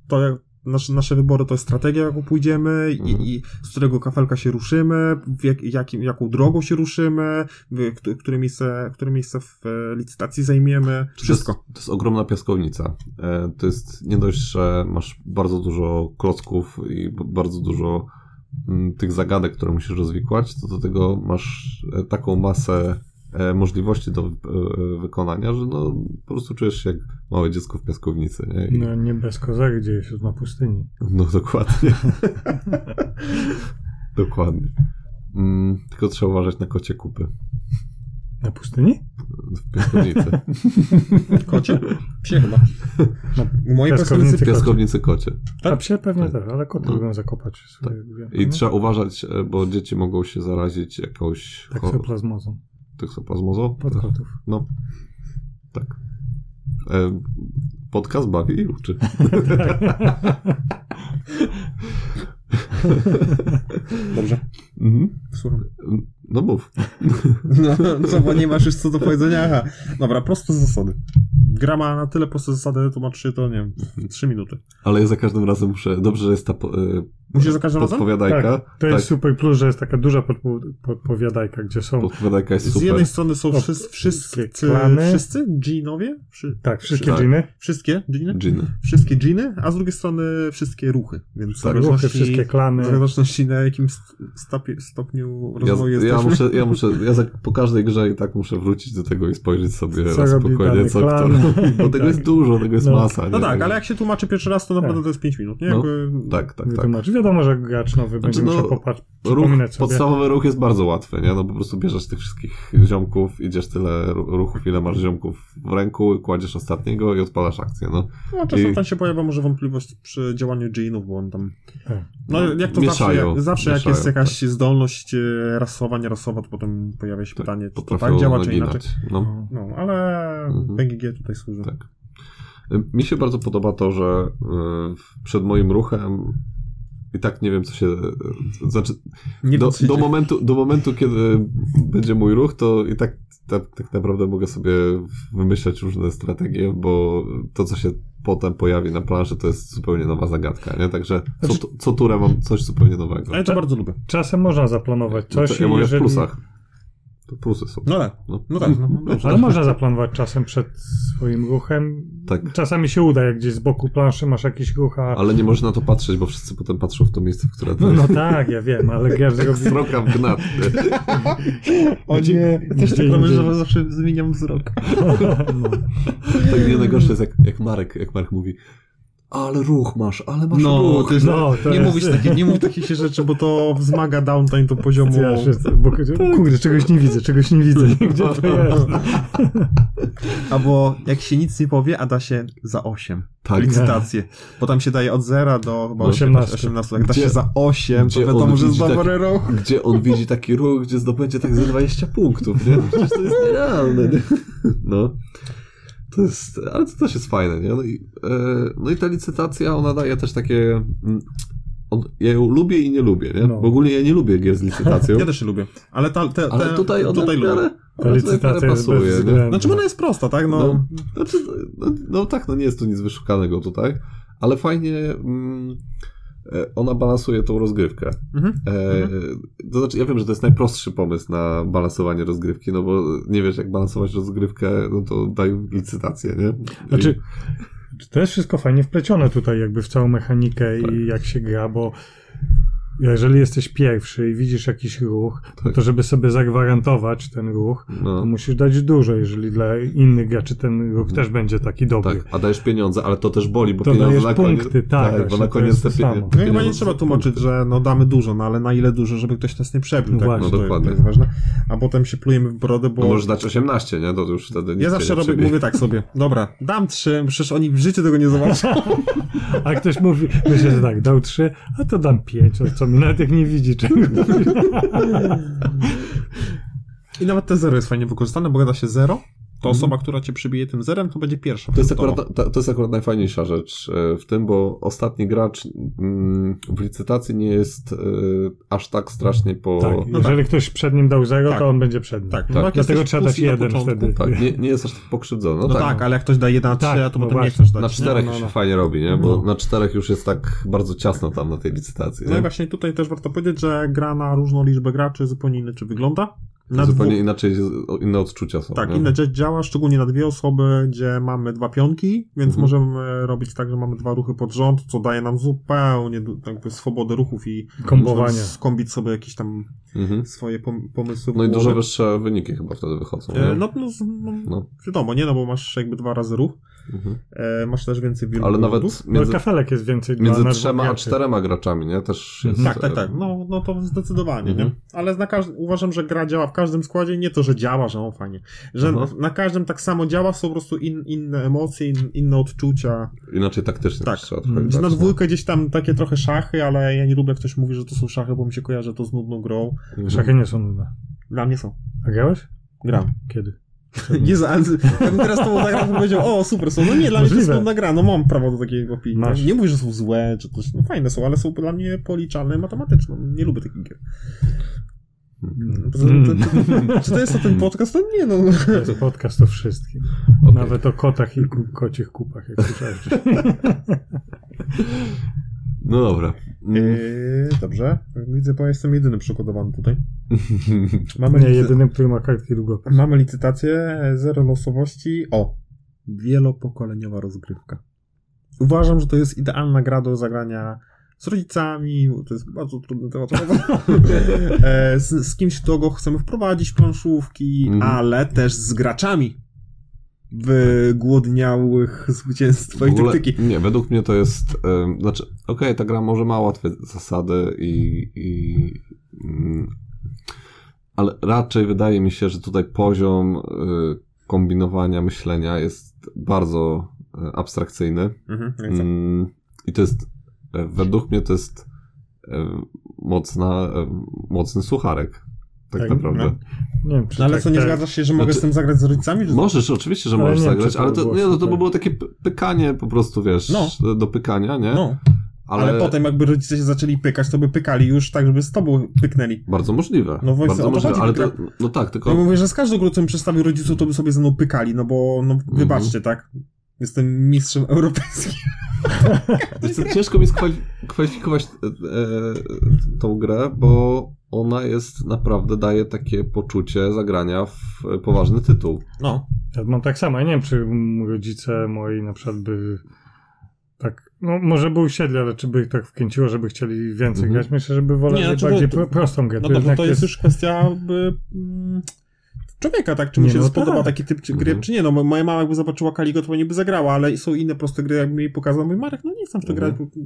[SPEAKER 1] To jak nasze, nasze wybory to jest strategia, jaką pójdziemy
[SPEAKER 3] Mhm.
[SPEAKER 1] i, i z którego kafelka się ruszymy, w jak, jakim, jaką drogą się ruszymy, w, któ- które, miejsce, które miejsce w e, licytacji zajmiemy. Wszystko.
[SPEAKER 3] To jest, to jest ogromna piaskownica. E, To jest nie dość, że masz bardzo dużo klocków i b- bardzo dużo mm, tych zagadek, które musisz rozwikłać, to do tego masz e, taką masę e, możliwości do e, wykonania, że no, po prostu czujesz się jak małe dziecko w piaskownicy. Nie? I,
[SPEAKER 2] No nie bez kozary dzieje się to na pustyni.
[SPEAKER 3] no dokładnie. dokładnie. Mm, Tylko trzeba uważać na kocie kupy
[SPEAKER 2] Na pustyni?
[SPEAKER 3] w piaskownicy.
[SPEAKER 1] Kocie? Psie chyba. U mojej
[SPEAKER 2] Piaskownicy
[SPEAKER 1] perspektywy
[SPEAKER 3] W piaskownicy kocie.
[SPEAKER 1] Tak?
[SPEAKER 2] A psie pewnie
[SPEAKER 3] Tak.
[SPEAKER 2] też, ale koty
[SPEAKER 3] No. Tak.
[SPEAKER 2] lubią zakopać swoje Mhm. gwiazdy,
[SPEAKER 3] I
[SPEAKER 2] nie?
[SPEAKER 3] trzeba uważać, e, bo dzieci mogą się zarazić jakąś
[SPEAKER 2] Tak
[SPEAKER 3] cho-
[SPEAKER 2] sobie plazmozą.
[SPEAKER 3] Tyksoplazmozą?
[SPEAKER 2] Pod kotów.
[SPEAKER 3] No. Tak. E, podcast bawi i uczy.
[SPEAKER 2] Tak.
[SPEAKER 1] Dobrze,
[SPEAKER 3] Mhm.
[SPEAKER 1] słucham.
[SPEAKER 3] No mów.
[SPEAKER 1] No, co, bo nie masz już co do powiedzenia. Aha. Dobra, proste zasady. Gra ma na tyle proste zasady, to ma trzy, to nie wiem, trzy minuty.
[SPEAKER 3] Ale ja za każdym razem muszę. Dobrze, że jest ta po, e,
[SPEAKER 1] Musisz za każdym razem?
[SPEAKER 3] podpowiadajka.
[SPEAKER 2] Tak, to jest super plus, że jest taka duża podpo podpowiadajka, gdzie są
[SPEAKER 3] Podpowiadajka jest
[SPEAKER 1] Z
[SPEAKER 3] super.
[SPEAKER 1] jednej strony są
[SPEAKER 2] O,
[SPEAKER 1] wszyscy, wszyscy,
[SPEAKER 2] klany.
[SPEAKER 1] wszyscy dżinowie, Wszy,
[SPEAKER 2] tak, wszystkie
[SPEAKER 3] Tak.
[SPEAKER 2] dżiny,
[SPEAKER 1] wszystkie dżiny,
[SPEAKER 3] Dżiny.
[SPEAKER 1] wszystkie dżiny, a z drugiej strony wszystkie ruchy, więc
[SPEAKER 3] Tak.
[SPEAKER 1] tak,
[SPEAKER 2] ruchy, wszystkie klany.
[SPEAKER 1] w zależności na jakim st- stopie, stopniu
[SPEAKER 3] Ja,
[SPEAKER 1] rozwoju
[SPEAKER 3] ja
[SPEAKER 1] jesteśmy.
[SPEAKER 3] muszę, ja muszę, ja za, po każdej grze i tak muszę wrócić do tego i spojrzeć sobie
[SPEAKER 2] Co
[SPEAKER 3] na
[SPEAKER 2] robi
[SPEAKER 3] spokojnie,
[SPEAKER 2] dany
[SPEAKER 3] co
[SPEAKER 2] klan.
[SPEAKER 3] kto robi. Bo tego
[SPEAKER 2] Tak.
[SPEAKER 3] jest dużo, tego jest
[SPEAKER 2] No.
[SPEAKER 3] masa.
[SPEAKER 1] No
[SPEAKER 3] nie?
[SPEAKER 2] Tak.
[SPEAKER 1] tak, ale jak się tłumaczy pierwszy raz, to naprawdę to jest pięć minut, nie?
[SPEAKER 3] No,
[SPEAKER 1] Jakby,
[SPEAKER 3] Tak, tak,
[SPEAKER 2] Mówię,
[SPEAKER 3] tak.
[SPEAKER 2] to masz wiadomo, że gracz nowy będzie
[SPEAKER 3] no,
[SPEAKER 2] musiał popatrz,
[SPEAKER 3] Ruch,
[SPEAKER 2] przypominać sobie.
[SPEAKER 3] podstawowy ruch jest bardzo łatwy, nie? No po prostu bierzesz tych wszystkich ziomków, idziesz tyle ru- ruchów, ile masz ziomków w ręku, kładziesz ostatniego i odpalasz akcję, no.
[SPEAKER 1] No czasem
[SPEAKER 3] I-
[SPEAKER 1] tam się pojawia może wątpliwość przy działaniu dżinów, bo on tam...
[SPEAKER 2] Tak.
[SPEAKER 1] No
[SPEAKER 3] No,
[SPEAKER 1] jak to
[SPEAKER 3] mieszają,
[SPEAKER 1] zawsze, jak, zawsze jak
[SPEAKER 3] mieszają,
[SPEAKER 1] jest jakaś zdolność e, rasowa, nierasowa, to potem pojawia się pytanie, czy to
[SPEAKER 3] Potrafią
[SPEAKER 1] tak działa, czy
[SPEAKER 3] naginać.
[SPEAKER 1] inaczej.
[SPEAKER 3] No,
[SPEAKER 2] No.
[SPEAKER 1] No, ale
[SPEAKER 3] Mhm.
[SPEAKER 1] BGG tutaj służy.
[SPEAKER 3] tak. Mi się bardzo podoba to, że y, przed moim ruchem i tak nie wiem, co się... Znaczy,
[SPEAKER 1] Nie
[SPEAKER 3] do,
[SPEAKER 1] dosyć-
[SPEAKER 3] do, momentu, do momentu, kiedy będzie mój ruch, to i tak, tak, tak naprawdę mogę sobie wymyślać różne strategie, bo to, co się potem pojawi na planszy, to jest zupełnie nowa zagadka, nie? Także co,
[SPEAKER 2] Znaczy-
[SPEAKER 3] tu- co turę mam coś zupełnie nowego.
[SPEAKER 1] A No, ja to bardzo lubię.
[SPEAKER 2] Czasem można zaplanować
[SPEAKER 3] No To
[SPEAKER 2] coś,
[SPEAKER 3] ja
[SPEAKER 2] i
[SPEAKER 3] mówię
[SPEAKER 2] jeżeli...
[SPEAKER 3] w plusach. To plusy są.
[SPEAKER 1] No tak,
[SPEAKER 3] No.
[SPEAKER 1] no tak. No, dobrze.
[SPEAKER 2] Ale można zaplanować czasem przed swoim ruchem.
[SPEAKER 3] Tak.
[SPEAKER 2] Czasami się uda, jak gdzieś z boku planszy masz jakiś ruch, a...
[SPEAKER 3] Ale nie można na to patrzeć, bo wszyscy potem patrzą w to miejsce, w które
[SPEAKER 2] No,
[SPEAKER 3] to
[SPEAKER 2] no tak, ja wiem, ale gracz
[SPEAKER 3] jak
[SPEAKER 2] robi...
[SPEAKER 3] sroka w gnat.
[SPEAKER 1] O nie, też tak
[SPEAKER 2] Dzień,
[SPEAKER 1] robię,
[SPEAKER 2] dzień.
[SPEAKER 1] że zawsze zmieniam wzrok.
[SPEAKER 2] No.
[SPEAKER 3] Tak nie najgorsze jest, jak, jak Marek, jak Marek mówi ale ruch masz, ale masz
[SPEAKER 1] No,
[SPEAKER 3] ruch.
[SPEAKER 1] to jest,
[SPEAKER 2] No, to
[SPEAKER 1] nie,
[SPEAKER 2] jest-
[SPEAKER 1] Mówisz takie, nie mów takich się rzeczy, bo to wzmaga downtime do poziomu.
[SPEAKER 2] Ja się, bo,
[SPEAKER 3] Tak.
[SPEAKER 2] kurde, czegoś nie widzę, czegoś nie widzę. Gdzie to jest?
[SPEAKER 1] Albo jak się nic nie powie, a da się za 8.
[SPEAKER 3] Tak,
[SPEAKER 1] Licytację. Bo tam się daje od 0 do chyba
[SPEAKER 3] Do
[SPEAKER 1] 18.
[SPEAKER 2] 18.
[SPEAKER 1] 18. Jak da
[SPEAKER 3] Gdzie-
[SPEAKER 1] się za 8, to
[SPEAKER 3] gdzie
[SPEAKER 1] wiadomo,
[SPEAKER 3] on
[SPEAKER 1] że jest
[SPEAKER 3] widzi
[SPEAKER 1] dobry ruch.
[SPEAKER 3] gdzie on widzi taki ruch, gdzie zdobędzie tak ze 20 punktów, nie? No Przecież to jest nierealne, nie? No. To jest, ale to też jest fajne, nie? No i, e, no i ta licytacja, ona daje też takie... mm, On, ja ją lubię i nie lubię, nie?
[SPEAKER 2] No.
[SPEAKER 3] W ogóle ja nie lubię gier z licytacją,
[SPEAKER 1] Ja też się lubię. Ale, ta, te, te,
[SPEAKER 3] ale tutaj ona
[SPEAKER 1] tutaj
[SPEAKER 3] w
[SPEAKER 1] lubię.
[SPEAKER 3] miarę,
[SPEAKER 2] Ta
[SPEAKER 3] ona tutaj w miarę
[SPEAKER 2] licytacja jest
[SPEAKER 3] pasuje, nie?
[SPEAKER 2] bezwzględna.
[SPEAKER 1] Znaczy ona jest prosta, tak? No,
[SPEAKER 3] No, znaczy, no, no tak, no nie jest to nic wyszukanego tutaj, ale fajnie mm, e, ona balansuje tą rozgrywkę.
[SPEAKER 1] Mhm.
[SPEAKER 3] E, To znaczy, ja wiem, że to jest najprostszy pomysł na balansowanie rozgrywki, no bo nie wiesz, jak balansować rozgrywkę, no to daj licytację, nie? I-
[SPEAKER 2] Znaczy, to jest wszystko fajnie wplecione tutaj, jakby w całą mechanikę
[SPEAKER 3] Tak.
[SPEAKER 2] i jak się gra, bo jeżeli jesteś pierwszy i widzisz jakiś ruch, no
[SPEAKER 3] Tak.
[SPEAKER 2] to żeby sobie zagwarantować ten ruch, to
[SPEAKER 3] no,
[SPEAKER 2] musisz dać dużo, jeżeli dla innych graczy ten ruch też będzie taki dobry.
[SPEAKER 3] tak, a dajesz pieniądze, ale to też boli, bo
[SPEAKER 2] To
[SPEAKER 3] pieniądze
[SPEAKER 2] dajesz
[SPEAKER 3] na
[SPEAKER 2] punkty,
[SPEAKER 3] koniec...
[SPEAKER 2] tak, właśnie,
[SPEAKER 3] bo na
[SPEAKER 2] to
[SPEAKER 3] koniec
[SPEAKER 2] jest
[SPEAKER 3] te
[SPEAKER 2] to samo.
[SPEAKER 3] pie-
[SPEAKER 1] No
[SPEAKER 2] No i
[SPEAKER 1] i
[SPEAKER 3] pieniądze
[SPEAKER 1] chyba nie
[SPEAKER 3] są
[SPEAKER 1] trzeba
[SPEAKER 3] punkty.
[SPEAKER 1] tłumaczyć, że no damy dużo, no ale na ile dużo, żeby ktoś nas nie przebił,
[SPEAKER 2] No
[SPEAKER 1] tak?
[SPEAKER 2] właśnie,
[SPEAKER 1] No to,
[SPEAKER 3] dokładnie.
[SPEAKER 1] to jest ważne. A potem się plujemy w brodę, bo...
[SPEAKER 3] No, możesz dać 18, nie? To już wtedy nikt cię
[SPEAKER 1] ja zawsze
[SPEAKER 3] nie
[SPEAKER 1] robię,
[SPEAKER 3] przebije.
[SPEAKER 1] mówię tak sobie, dobra, dam trzy, przecież oni w życiu tego nie zobaczą.
[SPEAKER 2] A ktoś mówi, myślę, że tak, dał trzy, a to dam pięć, o co mi nawet jak nie widzi czegoś.
[SPEAKER 1] I nawet te zero jest fajnie wykorzystane, bo gada się zero, to osoba, która cię przybije tym zerem, to tak, będzie pierwsza.
[SPEAKER 3] Mhm. To jest,
[SPEAKER 1] punktowo.
[SPEAKER 3] akurat, ta- to jest akurat najfajniejsza rzecz e, w tym, bo ostatni gracz mm, w licytacji nie jest e, aż tak strasznie po.
[SPEAKER 2] Tak,
[SPEAKER 1] no
[SPEAKER 2] jeżeli ktoś przed nim dał zero,
[SPEAKER 1] Tak.
[SPEAKER 2] to on będzie przed nim.
[SPEAKER 1] Tak,
[SPEAKER 3] Tak.
[SPEAKER 1] jak
[SPEAKER 2] Dlatego
[SPEAKER 1] jesteś
[SPEAKER 2] trzeba dać
[SPEAKER 1] pusty na
[SPEAKER 2] jeden
[SPEAKER 1] początku.
[SPEAKER 2] wtedy.
[SPEAKER 3] tak nie, nie jest aż tak pokrzywdzony. No,
[SPEAKER 1] No, tak, ale jak ktoś daje 1 na 3,
[SPEAKER 2] Tak,
[SPEAKER 1] a to
[SPEAKER 2] no
[SPEAKER 1] potem nie
[SPEAKER 2] właśnie.
[SPEAKER 1] chcesz dać.
[SPEAKER 3] Na
[SPEAKER 1] nie?
[SPEAKER 3] czterech
[SPEAKER 1] no, no,
[SPEAKER 3] już
[SPEAKER 1] no.
[SPEAKER 3] się fajnie robi, nie? Bo
[SPEAKER 1] No.
[SPEAKER 3] na czterech już jest tak bardzo ciasno tam na tej licytacji.
[SPEAKER 1] No i
[SPEAKER 3] Nie?
[SPEAKER 1] właśnie tutaj też warto powiedzieć, że gra na różną liczbę graczy zupełnie inaczej wygląda. Na
[SPEAKER 3] Zupełnie no.
[SPEAKER 1] dwóch-
[SPEAKER 3] inaczej, o- inne odczucia są.
[SPEAKER 1] Tak,
[SPEAKER 3] nie?
[SPEAKER 1] inne dzia- działa, szczególnie na dwie osoby, gdzie mamy dwa pionki, więc
[SPEAKER 3] Mhm.
[SPEAKER 1] możemy robić tak, że mamy dwa ruchy pod rząd, co daje nam zupełnie du- jakby swobodę ruchów i
[SPEAKER 2] Kombowania.
[SPEAKER 1] można skombić sobie jakieś tam
[SPEAKER 3] Mhm.
[SPEAKER 1] swoje pom- pomysły. w
[SPEAKER 3] No i dużo
[SPEAKER 1] głowie.
[SPEAKER 3] wyższe wyniki chyba wtedy wychodzą.
[SPEAKER 1] E,
[SPEAKER 3] nie?
[SPEAKER 1] No, no, z- no,
[SPEAKER 3] No.
[SPEAKER 1] wiadomo, nie, no bo masz jakby dwa razy ruch,
[SPEAKER 3] Mhm.
[SPEAKER 1] e, masz też więcej wielu
[SPEAKER 3] Ale
[SPEAKER 1] ruchów.
[SPEAKER 3] nawet
[SPEAKER 2] No
[SPEAKER 3] między,
[SPEAKER 2] kafelek jest więcej dla
[SPEAKER 3] między
[SPEAKER 2] na dwóch
[SPEAKER 3] trzema a
[SPEAKER 2] graczy.
[SPEAKER 3] czterema graczami, nie? Też jest.
[SPEAKER 1] Tak, tak, tak,
[SPEAKER 3] e,
[SPEAKER 1] no, no to zdecydowanie,
[SPEAKER 3] Mhm.
[SPEAKER 1] nie? Ale na każdy, uważam, że gra działa w każdym składzie, nie to, że działa, że on fajnie, że
[SPEAKER 3] Aha.
[SPEAKER 1] na każdym tak samo działa, są po prostu in, inne emocje, in, inne odczucia,
[SPEAKER 3] Inaczej taktycznie
[SPEAKER 1] Tak.
[SPEAKER 3] też trzeba trochę
[SPEAKER 2] Gdzie
[SPEAKER 1] Gdzie na
[SPEAKER 3] grać, nie?
[SPEAKER 1] dwójkę gdzieś tam takie trochę szachy, ale ja nie lubię, jak ktoś mówi, że to są szachy, bo mi się kojarzy to z nudną grą.
[SPEAKER 3] Mhm.
[SPEAKER 2] Szachy nie są nudne.
[SPEAKER 1] Dla mnie są.
[SPEAKER 2] A grałeś?
[SPEAKER 1] Gram.
[SPEAKER 2] Kiedy?
[SPEAKER 1] Nie za, ale jakbym teraz to zagrał, to powiedział, o, super są. No nie, dla mnie to jest
[SPEAKER 2] Możliwe.
[SPEAKER 1] nudna gra, no mam prawo do takiej opinii. No,
[SPEAKER 2] Masz.
[SPEAKER 1] Nie mówię, że są złe, czy coś, no fajne są, ale są dla mnie policzalne matematyczne. No, Nie lubię takich gier.
[SPEAKER 2] Hmm.
[SPEAKER 1] To, to, to, czy to jest o tym podcast? To nie, no.
[SPEAKER 2] To jest podcast o wszystkim.
[SPEAKER 3] Okej.
[SPEAKER 2] Nawet o kotach i ku- kocich kupach, jak słyszałeś. wcześniej.
[SPEAKER 3] No dobra. Mm.
[SPEAKER 1] Eee, dobrze. Widzę, bo jestem jedyny przykładowany tutaj.
[SPEAKER 3] Mm.
[SPEAKER 1] Mamy,
[SPEAKER 2] Nie,
[SPEAKER 1] licy-
[SPEAKER 2] jedynym, który ma kartki No, długo.
[SPEAKER 1] mamy licytację, e, zero losowości. O, wielopokoleniowa rozgrywka. Uważam, że to jest idealna gra do zagrania z rodzicami, bo to jest bardzo trudny temat. E, z, z kimś, kogo chcemy wprowadzić w planszówki,
[SPEAKER 3] Mhm.
[SPEAKER 1] ale też z graczami. wygłodniałych zwycięstwa i
[SPEAKER 3] W ogóle-
[SPEAKER 1] taktyki.
[SPEAKER 3] Nie, według mnie to jest. ym, znaczy, okej, ta gra może ma łatwe zasady i. i mm, ale raczej wydaje mi się, że tutaj poziom y, kombinowania myślenia jest bardzo y, abstrakcyjny.
[SPEAKER 1] Mhm, więc tak.
[SPEAKER 3] Mm, I to jest. y, Według mnie to jest y, mocna, y, mocny sucharek. Tak,
[SPEAKER 2] Tak,
[SPEAKER 3] naprawdę.
[SPEAKER 1] no.
[SPEAKER 2] Nie wiem, czy
[SPEAKER 1] No ale
[SPEAKER 2] tak,
[SPEAKER 1] co, nie
[SPEAKER 2] tak.
[SPEAKER 1] zgadzasz się, że mogę
[SPEAKER 3] Znaczy-
[SPEAKER 1] z tym zagrać z rodzicami? Że...
[SPEAKER 3] Możesz, oczywiście, że
[SPEAKER 2] Ale
[SPEAKER 3] możesz
[SPEAKER 2] nie wiem,
[SPEAKER 3] zagrać,
[SPEAKER 2] czy to
[SPEAKER 3] ale
[SPEAKER 2] by
[SPEAKER 3] to,
[SPEAKER 2] było
[SPEAKER 3] nie, no, to
[SPEAKER 2] super.
[SPEAKER 3] by było takie p- pykanie po prostu, wiesz,
[SPEAKER 1] No.
[SPEAKER 3] do pykania, nie?
[SPEAKER 1] No, ale... potem jakby rodzice się zaczęli pykać, to by pykali już tak, żeby z tobą pyknęli.
[SPEAKER 3] Bardzo możliwe.
[SPEAKER 1] No właśnie, o
[SPEAKER 3] bardzo
[SPEAKER 1] to
[SPEAKER 3] możliwe,
[SPEAKER 1] chodzi,
[SPEAKER 3] ale to,
[SPEAKER 1] tylko-
[SPEAKER 3] no tak,
[SPEAKER 1] Ja
[SPEAKER 3] tylko
[SPEAKER 1] mówię, że z każdą grą, co mi przedstawił rodziców, to by sobie ze mną pykali, no bo, no wybaczcie, tak? Jestem mistrzem europejskim.
[SPEAKER 3] wiesz co, ciężko mi skwali- kwalifikować e, e, tą grę, bo ona jest naprawdę, daje takie poczucie zagrania w poważny tytuł.
[SPEAKER 1] No,
[SPEAKER 2] Ja mam tak samo. Ja nie wiem, czy m- rodzice moi na przykład by tak, no może by usiedli, ale czy by ich tak wkręciło, żeby chcieli więcej
[SPEAKER 3] Mhm.
[SPEAKER 2] grać? Myślę, że by woleli
[SPEAKER 1] Nie, znaczy
[SPEAKER 2] bardziej
[SPEAKER 1] to-
[SPEAKER 2] pro- prostą grę.
[SPEAKER 1] no to, bo
[SPEAKER 2] jednak
[SPEAKER 1] to jest już kwestia by, mm, człowieka, tak? Czy mu
[SPEAKER 2] Nie,
[SPEAKER 1] się
[SPEAKER 2] no
[SPEAKER 1] spodoba
[SPEAKER 2] tak.
[SPEAKER 1] taki typ czy gry,
[SPEAKER 3] Mhm.
[SPEAKER 1] czy nie. No mo- moja mama jakby zobaczyła Kaligo, to nie by zagrała, ale są inne proste gry, jakby mi jej pokazał, mój Marek, no nie chcę w to
[SPEAKER 3] Mhm.
[SPEAKER 1] grać. bo-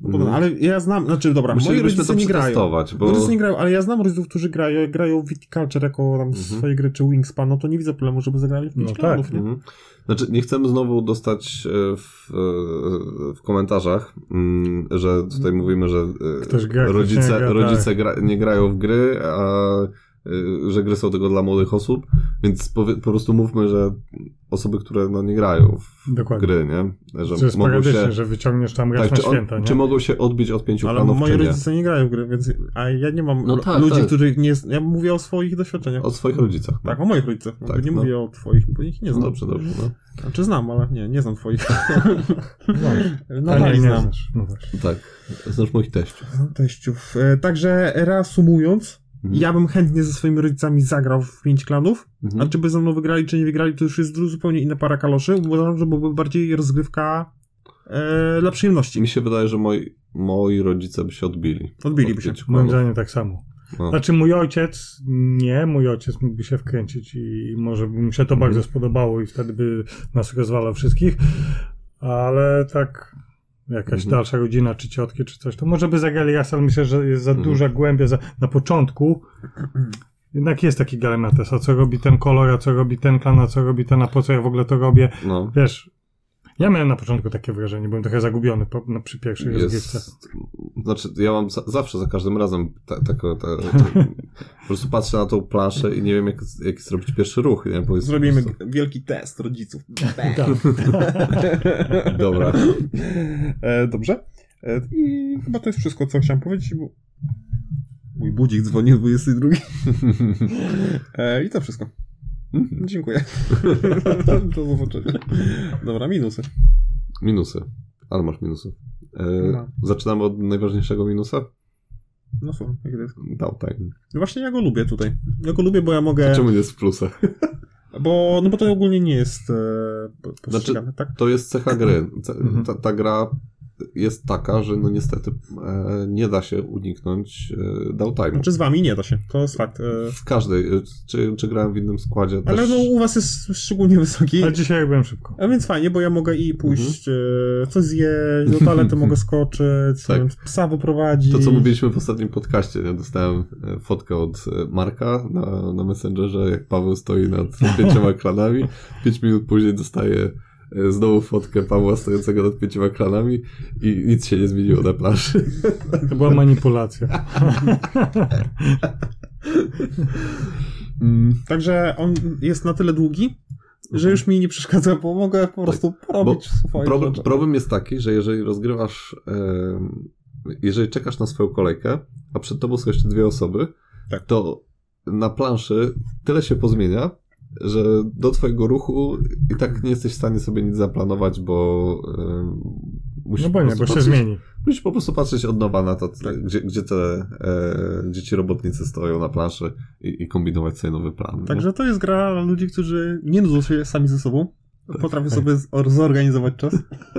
[SPEAKER 1] No, podobno. Ale ja znam, znaczy dobra, moi
[SPEAKER 3] Musielibyśmy to
[SPEAKER 1] rodzice nie grają.
[SPEAKER 3] przetestować, bo...
[SPEAKER 1] Rodzice nie grają, ale ja znam rodziców, którzy grają, grają w Viticulture jako tam swoje gry, czy Wingspan, no to nie widzę problemu, żeby zagrali w
[SPEAKER 2] No
[SPEAKER 1] 5
[SPEAKER 2] tak.
[SPEAKER 1] klubów, nie?
[SPEAKER 3] Mhm. Znaczy, nie chcemy znowu dostać e, w, e, w komentarzach, mm, że tutaj mówimy, że e,
[SPEAKER 2] Mhm. Ktoś gra, ktoś
[SPEAKER 3] rodzice,
[SPEAKER 2] nie gra, tak.
[SPEAKER 3] rodzice gra, nie grają w gry, a e, że gry są tylko dla młodych osób, więc powie, po prostu mówmy, że osoby, które no, nie grają w
[SPEAKER 2] Dokładnie.
[SPEAKER 3] gry, nie?
[SPEAKER 2] Tak. Że
[SPEAKER 3] Że mogą
[SPEAKER 2] sporadycznie,
[SPEAKER 3] się,
[SPEAKER 2] że wyciągniesz tam raz
[SPEAKER 3] tak,
[SPEAKER 2] na
[SPEAKER 3] czy, on-
[SPEAKER 2] święta, nie?
[SPEAKER 3] czy mogą się odbić od pięciu
[SPEAKER 1] Ale
[SPEAKER 3] planów,
[SPEAKER 1] moi
[SPEAKER 3] czy nie?
[SPEAKER 1] rodzice nie grają w gry, więc a ja nie mam
[SPEAKER 3] No
[SPEAKER 1] ro-
[SPEAKER 3] tak,
[SPEAKER 1] ludzi,
[SPEAKER 3] tak.
[SPEAKER 1] którzy nie... z- Ja mówię o swoich doświadczeniach.
[SPEAKER 3] Od swoich rodzicach. no.
[SPEAKER 1] Tak, o moich rodzicach.
[SPEAKER 3] Tak,
[SPEAKER 1] nie
[SPEAKER 3] no.
[SPEAKER 1] mówię o twoich, bo ich nie
[SPEAKER 3] No
[SPEAKER 1] znam.
[SPEAKER 3] dobrze, dobrze. No.
[SPEAKER 1] Znaczy znam, ale nie, nie znam twoich.
[SPEAKER 2] No,
[SPEAKER 1] No
[SPEAKER 2] a nie,
[SPEAKER 1] dalej
[SPEAKER 2] nie
[SPEAKER 1] znam.
[SPEAKER 2] znasz. No właśnie.
[SPEAKER 3] Tak, znasz moich teściów.
[SPEAKER 1] Znam Teściów. E, Także reasumując,
[SPEAKER 3] Mhm.
[SPEAKER 1] ja bym chętnie ze swoimi rodzicami zagrał w pięć klanów,
[SPEAKER 3] Mhm.
[SPEAKER 1] a czy by ze mną wygrali, czy nie wygrali, to już jest dru- zupełnie inna para kaloszy. Uważam, że byłaby bardziej rozgrywka e, dla przyjemności.
[SPEAKER 3] Mi się wydaje, że moi, moi rodzice by się odbili.
[SPEAKER 1] Odbiliby się.
[SPEAKER 3] Odbić
[SPEAKER 2] Moim
[SPEAKER 3] kłamów.
[SPEAKER 2] zdaniem tak samo.
[SPEAKER 3] No.
[SPEAKER 2] Znaczy mój ojciec, nie, mój ojciec mógłby się wkręcić i może by mu się to
[SPEAKER 3] Mhm.
[SPEAKER 2] bardzo spodobało i wtedy by nas rozwalał wszystkich, ale tak jakaś
[SPEAKER 3] Mhm.
[SPEAKER 2] dalsza rodzina, czy ciotki, czy coś, to może by zagrali raz, ale myślę, że jest za
[SPEAKER 3] Mhm.
[SPEAKER 2] duża głębia za, na początku. Jednak jest taki galementes, a co robi ten kolor, a co robi ten klan, a co robi ten, a po co ja w ogóle to robię.
[SPEAKER 3] No.
[SPEAKER 2] Wiesz, ja miałem na początku takie wrażenie, byłem trochę zagubiony po, no, przy pierwszej rozgrywce.
[SPEAKER 3] Jest, znaczy, ja mam za, zawsze, za każdym razem ta- taką. Ta, ta, po prostu patrzę na tą planszę i nie wiem, jak, jak zrobić pierwszy ruch. Nie? Bo jest
[SPEAKER 1] Zrobimy
[SPEAKER 3] po prostu-
[SPEAKER 1] g- wielki test rodziców.
[SPEAKER 2] Tak.
[SPEAKER 3] Dobra.
[SPEAKER 1] E, dobrze. E, I chyba to jest wszystko, co chciałem powiedzieć, bo mój budzik dzwoni o 22. E, I to wszystko. Dziękuję. Do zobaczenia. Dobra, minusy.
[SPEAKER 3] Minusy. Ale masz minusy. E,
[SPEAKER 1] No.
[SPEAKER 3] Zaczynamy od najważniejszego minusa?
[SPEAKER 1] No słucham, jak to jest.
[SPEAKER 3] Downtime.
[SPEAKER 1] No Właśnie ja go lubię tutaj. Ja go lubię, bo ja mogę...
[SPEAKER 3] Czemu nie jest w plusach?
[SPEAKER 1] Bo, no bo to ogólnie nie jest e, po- postrzegane, tak?
[SPEAKER 3] To jest cecha gry. Ce-
[SPEAKER 2] Mhm.
[SPEAKER 3] Ta, ta gra jest taka, że no niestety e, nie da się uniknąć e, downtime'u.
[SPEAKER 1] Znaczy z wami nie da się, to jest fakt. E,
[SPEAKER 3] W każdej. Czy, czy grałem w innym składzie też.
[SPEAKER 1] ale no u was jest szczególnie wysoki.
[SPEAKER 2] Ale dzisiaj byłem szybko.
[SPEAKER 1] A więc fajnie, bo ja mogę i pójść, e, coś zjeść, do toalety mogę skoczyć,
[SPEAKER 3] Mhm.
[SPEAKER 1] nie
[SPEAKER 3] Tak.
[SPEAKER 1] wiem, psa wyprowadzić.
[SPEAKER 3] To, co mówiliśmy w ostatnim podcaście, ja dostałem e, fotkę od e, Marka na, na Messengerze, jak Paweł stoi nad pięcioma klanami. Pięć minut później dostaję e, znowu fotkę Pawła stojącego nad pięcioma klanami i nic się nie zmieniło na planszy.
[SPEAKER 2] To była manipulacja.
[SPEAKER 3] Mm,
[SPEAKER 1] Także on jest na tyle długi,
[SPEAKER 3] Mhm.
[SPEAKER 1] że już mi nie przeszkadza, bo mogę po prostu
[SPEAKER 3] Tak,
[SPEAKER 1] porobić swoje
[SPEAKER 3] Problem,
[SPEAKER 1] rzeczy.
[SPEAKER 3] problem jest taki, że jeżeli rozgrywasz, em, jeżeli czekasz na swoją kolejkę, a przed tobą są jeszcze dwie osoby,
[SPEAKER 1] Tak.
[SPEAKER 3] to na planszy tyle się pozmienia, że do twojego ruchu i tak nie jesteś w stanie sobie nic zaplanować, bo em, musisz,
[SPEAKER 2] No bo
[SPEAKER 3] po
[SPEAKER 2] nie,
[SPEAKER 3] prostu
[SPEAKER 2] bo się
[SPEAKER 3] patrzeć,
[SPEAKER 2] zmieni. Tak.
[SPEAKER 3] musisz po prostu patrzeć od nowa na to, gdzie, gdzie, te, e, gdzie ci robotnicy stoją na planszy i, i kombinować sobie nowy plan. nie?
[SPEAKER 1] Także to jest gra dla ludzi, którzy nie nudzą się sami ze sobą. Potrafią sobie z- or- zorganizować czas.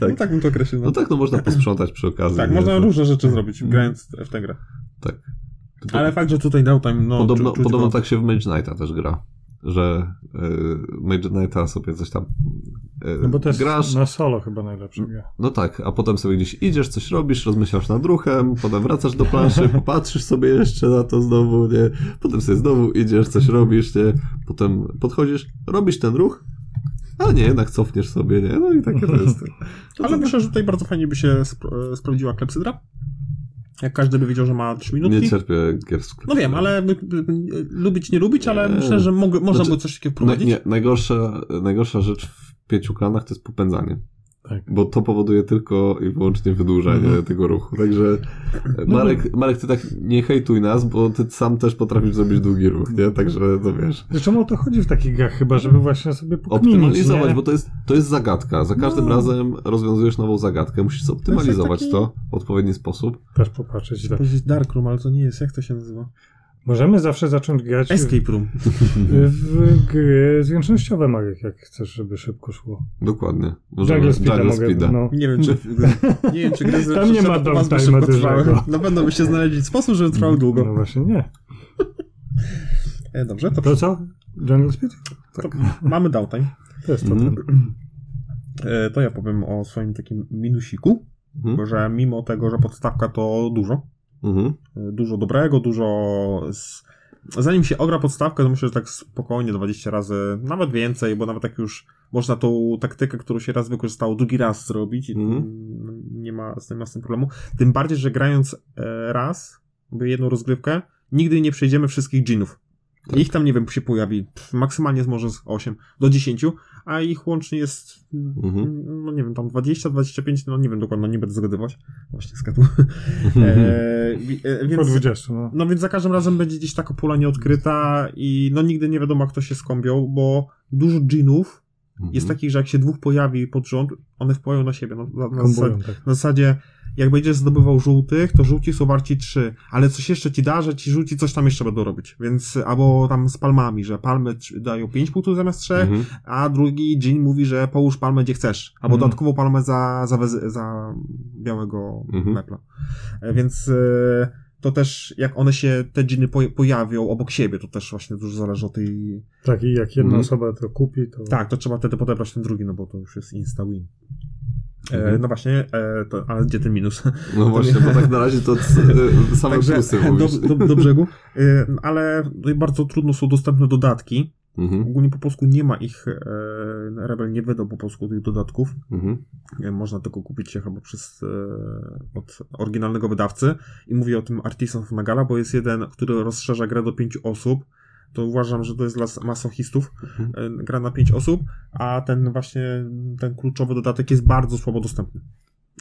[SPEAKER 3] Tak.
[SPEAKER 1] No tak bym to określił.
[SPEAKER 3] No tak, no można posprzątać przy okazji.
[SPEAKER 1] tak,
[SPEAKER 3] nie?
[SPEAKER 1] można
[SPEAKER 3] To-
[SPEAKER 1] różne rzeczy zrobić, grając w tę grę.
[SPEAKER 3] Tak.
[SPEAKER 1] Ale fakt, że tutaj dał tam, no,
[SPEAKER 3] Podobno,
[SPEAKER 1] czu- czuć
[SPEAKER 3] podobno
[SPEAKER 1] go.
[SPEAKER 3] tak się w Mage Knighta też gra. że y, Mage Knighta sobie coś tam y,
[SPEAKER 2] No bo też
[SPEAKER 3] grasz.
[SPEAKER 2] na solo chyba najlepszy gra.
[SPEAKER 3] No tak, a potem sobie gdzieś idziesz, coś robisz, rozmyślasz nad ruchem, potem wracasz do planszy, popatrzysz sobie jeszcze na to znowu, nie? Potem sobie znowu idziesz, coś robisz, nie? Potem podchodzisz, robisz ten ruch, a nie, jednak cofniesz sobie, nie? No i takie to jest.
[SPEAKER 1] Ale myślę, że tutaj bardzo fajnie by się sp- e, sprawdziła klepsydra. Jak każdy by wiedział, że ma 3 minutki.
[SPEAKER 3] Nie cierpię gier w
[SPEAKER 1] No
[SPEAKER 3] sklepie.
[SPEAKER 1] wiem, ale by- by- by- lubić, nie lubić, ale
[SPEAKER 3] Nie.
[SPEAKER 1] myślę, że mogę, można
[SPEAKER 3] Znaczy,
[SPEAKER 1] było coś takiego
[SPEAKER 3] Na,
[SPEAKER 1] wprowadzić.
[SPEAKER 3] nie, najgorsza, najgorsza rzecz w pięciu klanach to jest popędzanie.
[SPEAKER 2] Tak.
[SPEAKER 3] Bo to powoduje tylko i wyłącznie wydłużenie
[SPEAKER 2] Mhm.
[SPEAKER 3] tego ruchu. Także e, Marek, Marek, ty tak nie hejtuj nas, bo ty sam też potrafisz zrobić długi ruch, nie? Także to wiesz.
[SPEAKER 2] Zresztą o to chodzi w takich grach chyba, żeby właśnie sobie pokminić,
[SPEAKER 3] Optymalizować,
[SPEAKER 2] Tak nie?
[SPEAKER 3] bo to jest, to jest zagadka. Za każdym
[SPEAKER 1] No.
[SPEAKER 3] razem rozwiązujesz nową zagadkę. Musisz zoptymalizować
[SPEAKER 1] taki-
[SPEAKER 3] to w odpowiedni sposób.
[SPEAKER 2] Też popatrzeć. Tak.
[SPEAKER 1] Powiedzieć Dark Room, ale to nie jest, jak to się nazywa?
[SPEAKER 2] Możemy zawsze zacząć grać w,
[SPEAKER 1] Escape Room.
[SPEAKER 2] w gry zręcznościowe, Marek, jak chcesz, żeby szybko szło.
[SPEAKER 3] Dokładnie.
[SPEAKER 2] Jungle Speeda
[SPEAKER 3] Jungle
[SPEAKER 2] mogę,
[SPEAKER 3] Speeda.
[SPEAKER 2] no.
[SPEAKER 1] Nie wiem, czy, nie wiem, czy gry z
[SPEAKER 2] Tam nie ma
[SPEAKER 1] żeby was by
[SPEAKER 2] downtime'a
[SPEAKER 1] szybko trwały.
[SPEAKER 2] dużego.
[SPEAKER 1] Na pewno by się znaleźli sposób, żeby trwało
[SPEAKER 2] No
[SPEAKER 1] długo.
[SPEAKER 2] właśnie nie.
[SPEAKER 1] E, dobrze, to,
[SPEAKER 3] Tak.
[SPEAKER 2] To co? Jungle Speed?
[SPEAKER 1] to mamy downtime.
[SPEAKER 2] To jest to.
[SPEAKER 3] Mhm.
[SPEAKER 1] E, to ja powiem o swoim takim minusiku,
[SPEAKER 3] Mhm.
[SPEAKER 1] że mimo tego, że podstawka to dużo,
[SPEAKER 3] Mhm.
[SPEAKER 1] e, dużo dobrego, dużo... Z... Zanim się ogra podstawkę, to myślę, że tak spokojnie 20 razy, nawet więcej, bo nawet tak już można tą taktykę, którą się raz wykorzystało, drugi raz zrobić i
[SPEAKER 3] Mhm.
[SPEAKER 1] mm, nie ma z tym, ma z tym problemu. Tym bardziej, że grając e, raz, mówię jedną rozgrywkę, nigdy nie przejdziemy wszystkich dżinów.
[SPEAKER 3] Tak.
[SPEAKER 1] Ich tam, nie wiem, się pojawi pff, maksymalnie jest może z 8 do 10, a ich łącznie jest, mm,
[SPEAKER 3] Mhm.
[SPEAKER 1] no nie wiem, tam 20, 25, no nie wiem dokładnie, nie będę zgadywać. Właśnie zgadłem.
[SPEAKER 3] Mhm.
[SPEAKER 1] E, wi- e,
[SPEAKER 2] Po
[SPEAKER 1] więc,
[SPEAKER 2] 20, no.
[SPEAKER 1] no więc za każdym razem będzie gdzieś taka pula nieodkryta i no nigdy nie wiadomo, kto się skąpią, bo dużo dżinów jest
[SPEAKER 2] Mhm.
[SPEAKER 1] takich, że jak się dwóch pojawi pod rząd, one wpływają na siebie. No, na, na, zasadzie,
[SPEAKER 2] Kombują, tak.
[SPEAKER 1] na zasadzie, jak będziesz zdobywał żółtych, to żółci są warci trzy, ale coś jeszcze ci da, że ci żółci coś tam jeszcze będą robić. Więc albo tam z palmami, że palmy tr- dają pięć punktów zamiast trzech,
[SPEAKER 3] Mhm.
[SPEAKER 1] a drugi dzień mówi, że połóż palmę gdzie chcesz, albo
[SPEAKER 2] Mhm.
[SPEAKER 1] dodatkową palmę za, za, wezy- za białego
[SPEAKER 3] Mhm.
[SPEAKER 1] mepla. E, Więc e, to też, jak one się, te dżiny poj- pojawią obok siebie, to też właśnie dużo zależy od tej...
[SPEAKER 2] Tak, i jak jedna
[SPEAKER 3] Mhm.
[SPEAKER 2] osoba to kupi, to...
[SPEAKER 1] Tak, to trzeba wtedy podebrać ten drugi, no bo to już jest insta-win. E,
[SPEAKER 3] Mhm.
[SPEAKER 1] No właśnie, e, to, ale gdzie ten minus?
[SPEAKER 3] No właśnie, bo tak na razie to c- e, same plusy mówisz.
[SPEAKER 1] do, do, do brzegu. E, no Ale tutaj bardzo trudno są dostępne dodatki.
[SPEAKER 3] Mhm.
[SPEAKER 1] Ogólnie po polsku nie ma ich, e, Rebel nie wydał po polsku tych dodatków.
[SPEAKER 3] Mhm.
[SPEAKER 1] Nie, E, Można tylko kupić je chyba przez, e, od oryginalnego wydawcy. I mówię o tym Artisan of Nagala, bo jest jeden, który rozszerza grę do pięciu osób. To uważam, że to jest dla s- masochistów. E, Gra na pięć osób, a ten właśnie, ten kluczowy dodatek jest bardzo słabo dostępny.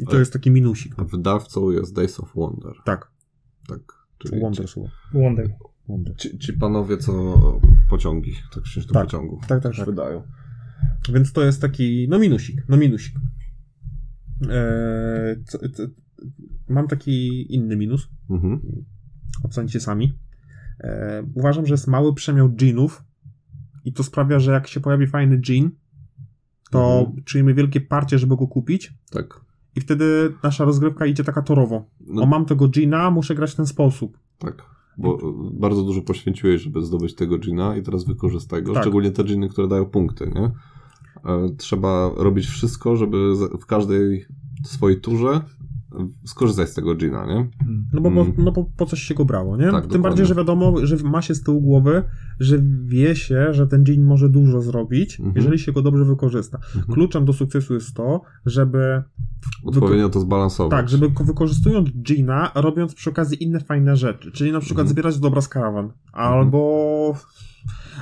[SPEAKER 1] I to
[SPEAKER 3] Ale-
[SPEAKER 1] jest taki minusik.
[SPEAKER 3] A Wydawcą jest Days of Wonder.
[SPEAKER 1] Tak,
[SPEAKER 3] Tak. Czyli
[SPEAKER 1] Wonder słowo.
[SPEAKER 2] Łądek.
[SPEAKER 1] Wonder.
[SPEAKER 3] Ci, ci panowie, co pociągi, tak się do
[SPEAKER 1] Tak.
[SPEAKER 3] pociągów
[SPEAKER 1] Tak, tak,
[SPEAKER 3] też
[SPEAKER 1] tak.
[SPEAKER 3] wydają.
[SPEAKER 1] Więc to jest taki, no minusik, no minusik. E, co, co, mam taki inny minus.
[SPEAKER 3] Mhm.
[SPEAKER 1] ocencie sami. E, uważam, że jest mały przemiał dżinów i to sprawia, że jak się pojawi fajny dżin, to
[SPEAKER 3] Mhm.
[SPEAKER 1] czynimy wielkie parcie, żeby go kupić
[SPEAKER 3] Tak.
[SPEAKER 1] i wtedy nasza rozgrywka idzie taka torowo.
[SPEAKER 3] No,
[SPEAKER 1] O, mam tego dżina, muszę grać w ten sposób.
[SPEAKER 3] tak. Bo e, bardzo dużo poświęciłeś, żeby zdobyć tego dżina i teraz wykorzystaj go.
[SPEAKER 1] Tak.
[SPEAKER 3] Szczególnie te dżiny, które dają punkty, nie? E, Trzeba robić wszystko, żeby za- w każdej swojej turze e, skorzystać z tego dżina, nie?
[SPEAKER 1] No bo, bo,
[SPEAKER 3] Mhm.
[SPEAKER 1] no bo po coś się go brało, nie?
[SPEAKER 3] Tak,
[SPEAKER 1] Tym
[SPEAKER 3] dokładnie.
[SPEAKER 1] bardziej, że wiadomo, że ma się z tyłu głowy, że wie się, że ten dżin może dużo zrobić,
[SPEAKER 3] Mhm.
[SPEAKER 1] jeżeli się go dobrze wykorzysta.
[SPEAKER 3] Mhm.
[SPEAKER 1] Kluczem do sukcesu jest to, żeby
[SPEAKER 3] Odpowiednio to zbalansować.
[SPEAKER 1] Tak, żeby ko- wykorzystując Gina, robiąc przy okazji inne fajne rzeczy, czyli na przykład
[SPEAKER 3] Mhm.
[SPEAKER 1] zbierać dobra z karawan, albo,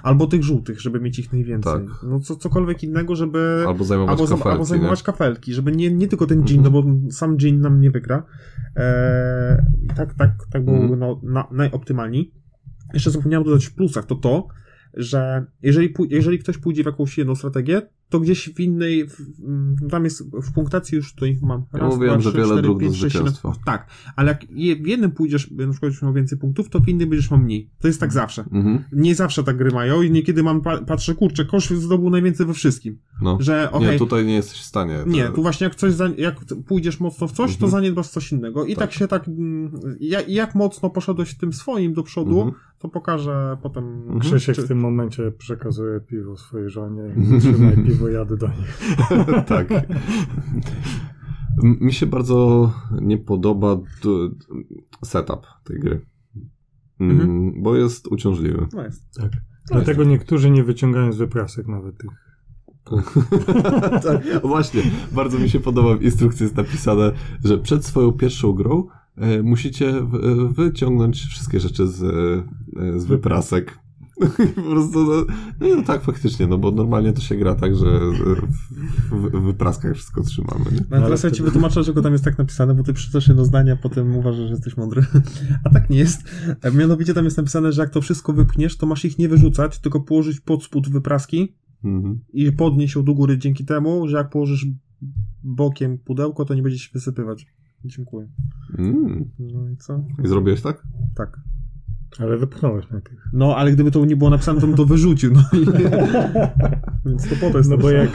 [SPEAKER 1] albo tych żółtych, żeby mieć ich najwięcej.
[SPEAKER 3] Tak.
[SPEAKER 1] No co, cokolwiek innego, żeby
[SPEAKER 3] Albo zajmować
[SPEAKER 1] albo, zam-
[SPEAKER 3] kafelki,
[SPEAKER 1] albo zajmować
[SPEAKER 3] nie?
[SPEAKER 1] kafelki, żeby nie, nie tylko ten Gin,
[SPEAKER 3] Mhm.
[SPEAKER 1] no bo sam Gin nam nie wygra. Eee, tak, tak, tak byłoby
[SPEAKER 3] Mhm.
[SPEAKER 1] no, na, najoptymalniej. Jeszcze zapomniałem dodać w plusach, to to, że jeżeli, pój- jeżeli ktoś pójdzie w jakąś jedną strategię, to gdzieś w innej, w, w- tam jest w punktacji już tutaj mam.
[SPEAKER 3] Ja mówiłem, że wiele dróg do
[SPEAKER 1] siedem.
[SPEAKER 3] zwycięstwa.
[SPEAKER 1] Tak, ale jak je, w jednym pójdziesz, na przykład już miał więcej punktów, to w innym będziesz miał mniej. To jest tak zawsze.
[SPEAKER 3] Mhm.
[SPEAKER 1] Nie zawsze tak gry mają i niekiedy mam, pa- patrzę, kurczę, kosz zdobył najwięcej we wszystkim.
[SPEAKER 3] No.
[SPEAKER 1] Że okej,
[SPEAKER 3] Nie, tutaj nie jesteś w stanie. To-
[SPEAKER 1] nie, tu właśnie jak coś, za, jak t- pójdziesz mocno w coś, to
[SPEAKER 3] Mhm.
[SPEAKER 1] zaniedbasz coś innego. I tak,
[SPEAKER 3] Tak.
[SPEAKER 1] się tak, mm, ja- jak mocno poszedłeś tym swoim do przodu,
[SPEAKER 3] Mhm.
[SPEAKER 1] to pokażę potem...
[SPEAKER 3] Mhm.
[SPEAKER 2] Krzysiek
[SPEAKER 1] czy-
[SPEAKER 2] w tym momencie przekazuje piwo swojej żonie i trzymaj piwo, jadę do nich.
[SPEAKER 3] tak. M- Mi się bardzo nie podoba d- d- setup tej gry. Mm, Bo jest uciążliwy.
[SPEAKER 1] No jest.
[SPEAKER 2] Dlatego niektórzy nie wyciągają z wyprasek nawet tych.
[SPEAKER 3] tak, właśnie, bardzo mi się podoba w instrukcji jest napisane, że przed swoją pierwszą grą e, musicie w- e, wyciągnąć wszystkie rzeczy z, e, z wyprasek. po prostu, no, no tak faktycznie, no bo normalnie to się gra tak, że w, w, w wypraskach wszystko trzymamy. Nie?
[SPEAKER 1] No, ale teraz ja ci wytłumaczę, czego tam jest tak napisane, bo ty przeczytasz jedno zdanie, a potem uważasz, że jesteś mądry. A tak nie jest. E, Mianowicie tam jest napisane, że jak to wszystko wypchniesz, to masz ich nie wyrzucać, tylko położyć pod spód wypraski
[SPEAKER 3] Mhm.
[SPEAKER 1] i podnieść ją do góry dzięki temu, że jak położysz bokiem pudełko, to nie będzie się wysypywać. Dziękuję.
[SPEAKER 3] Mm.
[SPEAKER 1] No i co?
[SPEAKER 3] I zrobiłeś tak?
[SPEAKER 1] Tak.
[SPEAKER 2] Ale wypchnąłeś najpierw.
[SPEAKER 1] No, ale gdyby to nie było napisane, to bym to wyrzucił. No, i... Więc to po to jest
[SPEAKER 2] No bo
[SPEAKER 1] napisane.
[SPEAKER 2] jak,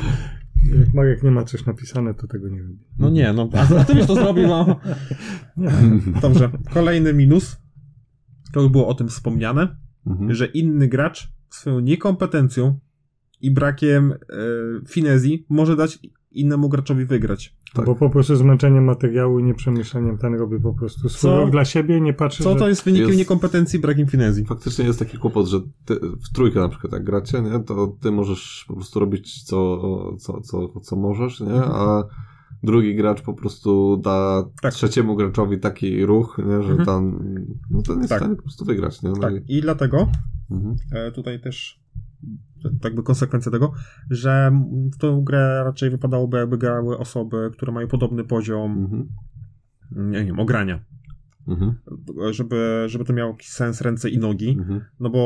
[SPEAKER 2] jak Marek nie ma coś napisane, to tego nie robi.
[SPEAKER 1] No nie, no. A, a ty byś to zrobił, no.
[SPEAKER 3] Mhm.
[SPEAKER 1] Dobrze. Kolejny minus. To już było o tym wspomniane.
[SPEAKER 3] Mhm.
[SPEAKER 1] że inny gracz swoją niekompetencją i brakiem e, finezji może dać innemu graczowi wygrać.
[SPEAKER 3] Tak.
[SPEAKER 2] Bo po prostu zmęczeniem materiału i nieprzemyśleniem ten robi po prostu
[SPEAKER 1] Co-
[SPEAKER 2] swój dla siebie, nie patrzy,
[SPEAKER 1] Co
[SPEAKER 2] że...
[SPEAKER 1] to jest wynikiem
[SPEAKER 3] jest-
[SPEAKER 1] niekompetencji i brakiem finezji?
[SPEAKER 3] Faktycznie jest taki kłopot, że ty, w trójkę na przykład jak gracie, nie, to ty możesz po prostu robić co, co, co, co możesz, nie,
[SPEAKER 1] Mhm.
[SPEAKER 3] a drugi gracz po prostu da
[SPEAKER 1] Tak.
[SPEAKER 3] trzeciemu graczowi taki ruch, nie, że
[SPEAKER 1] Mhm.
[SPEAKER 3] tam no ten jest
[SPEAKER 1] Tak.
[SPEAKER 3] w stanie po prostu wygrać. Nie? No
[SPEAKER 1] Tak,
[SPEAKER 3] i,
[SPEAKER 1] i dlatego
[SPEAKER 3] mhm.
[SPEAKER 1] e, tutaj też t- tak by konsekwencja tego, że w tą grę raczej wypadałoby jakby grały osoby, które mają podobny poziom
[SPEAKER 3] Mhm.
[SPEAKER 1] nie wiem, ogrania,
[SPEAKER 3] Mhm.
[SPEAKER 1] żeby, żeby to miało jakiś sens ręce i nogi,
[SPEAKER 3] Mhm.
[SPEAKER 1] no bo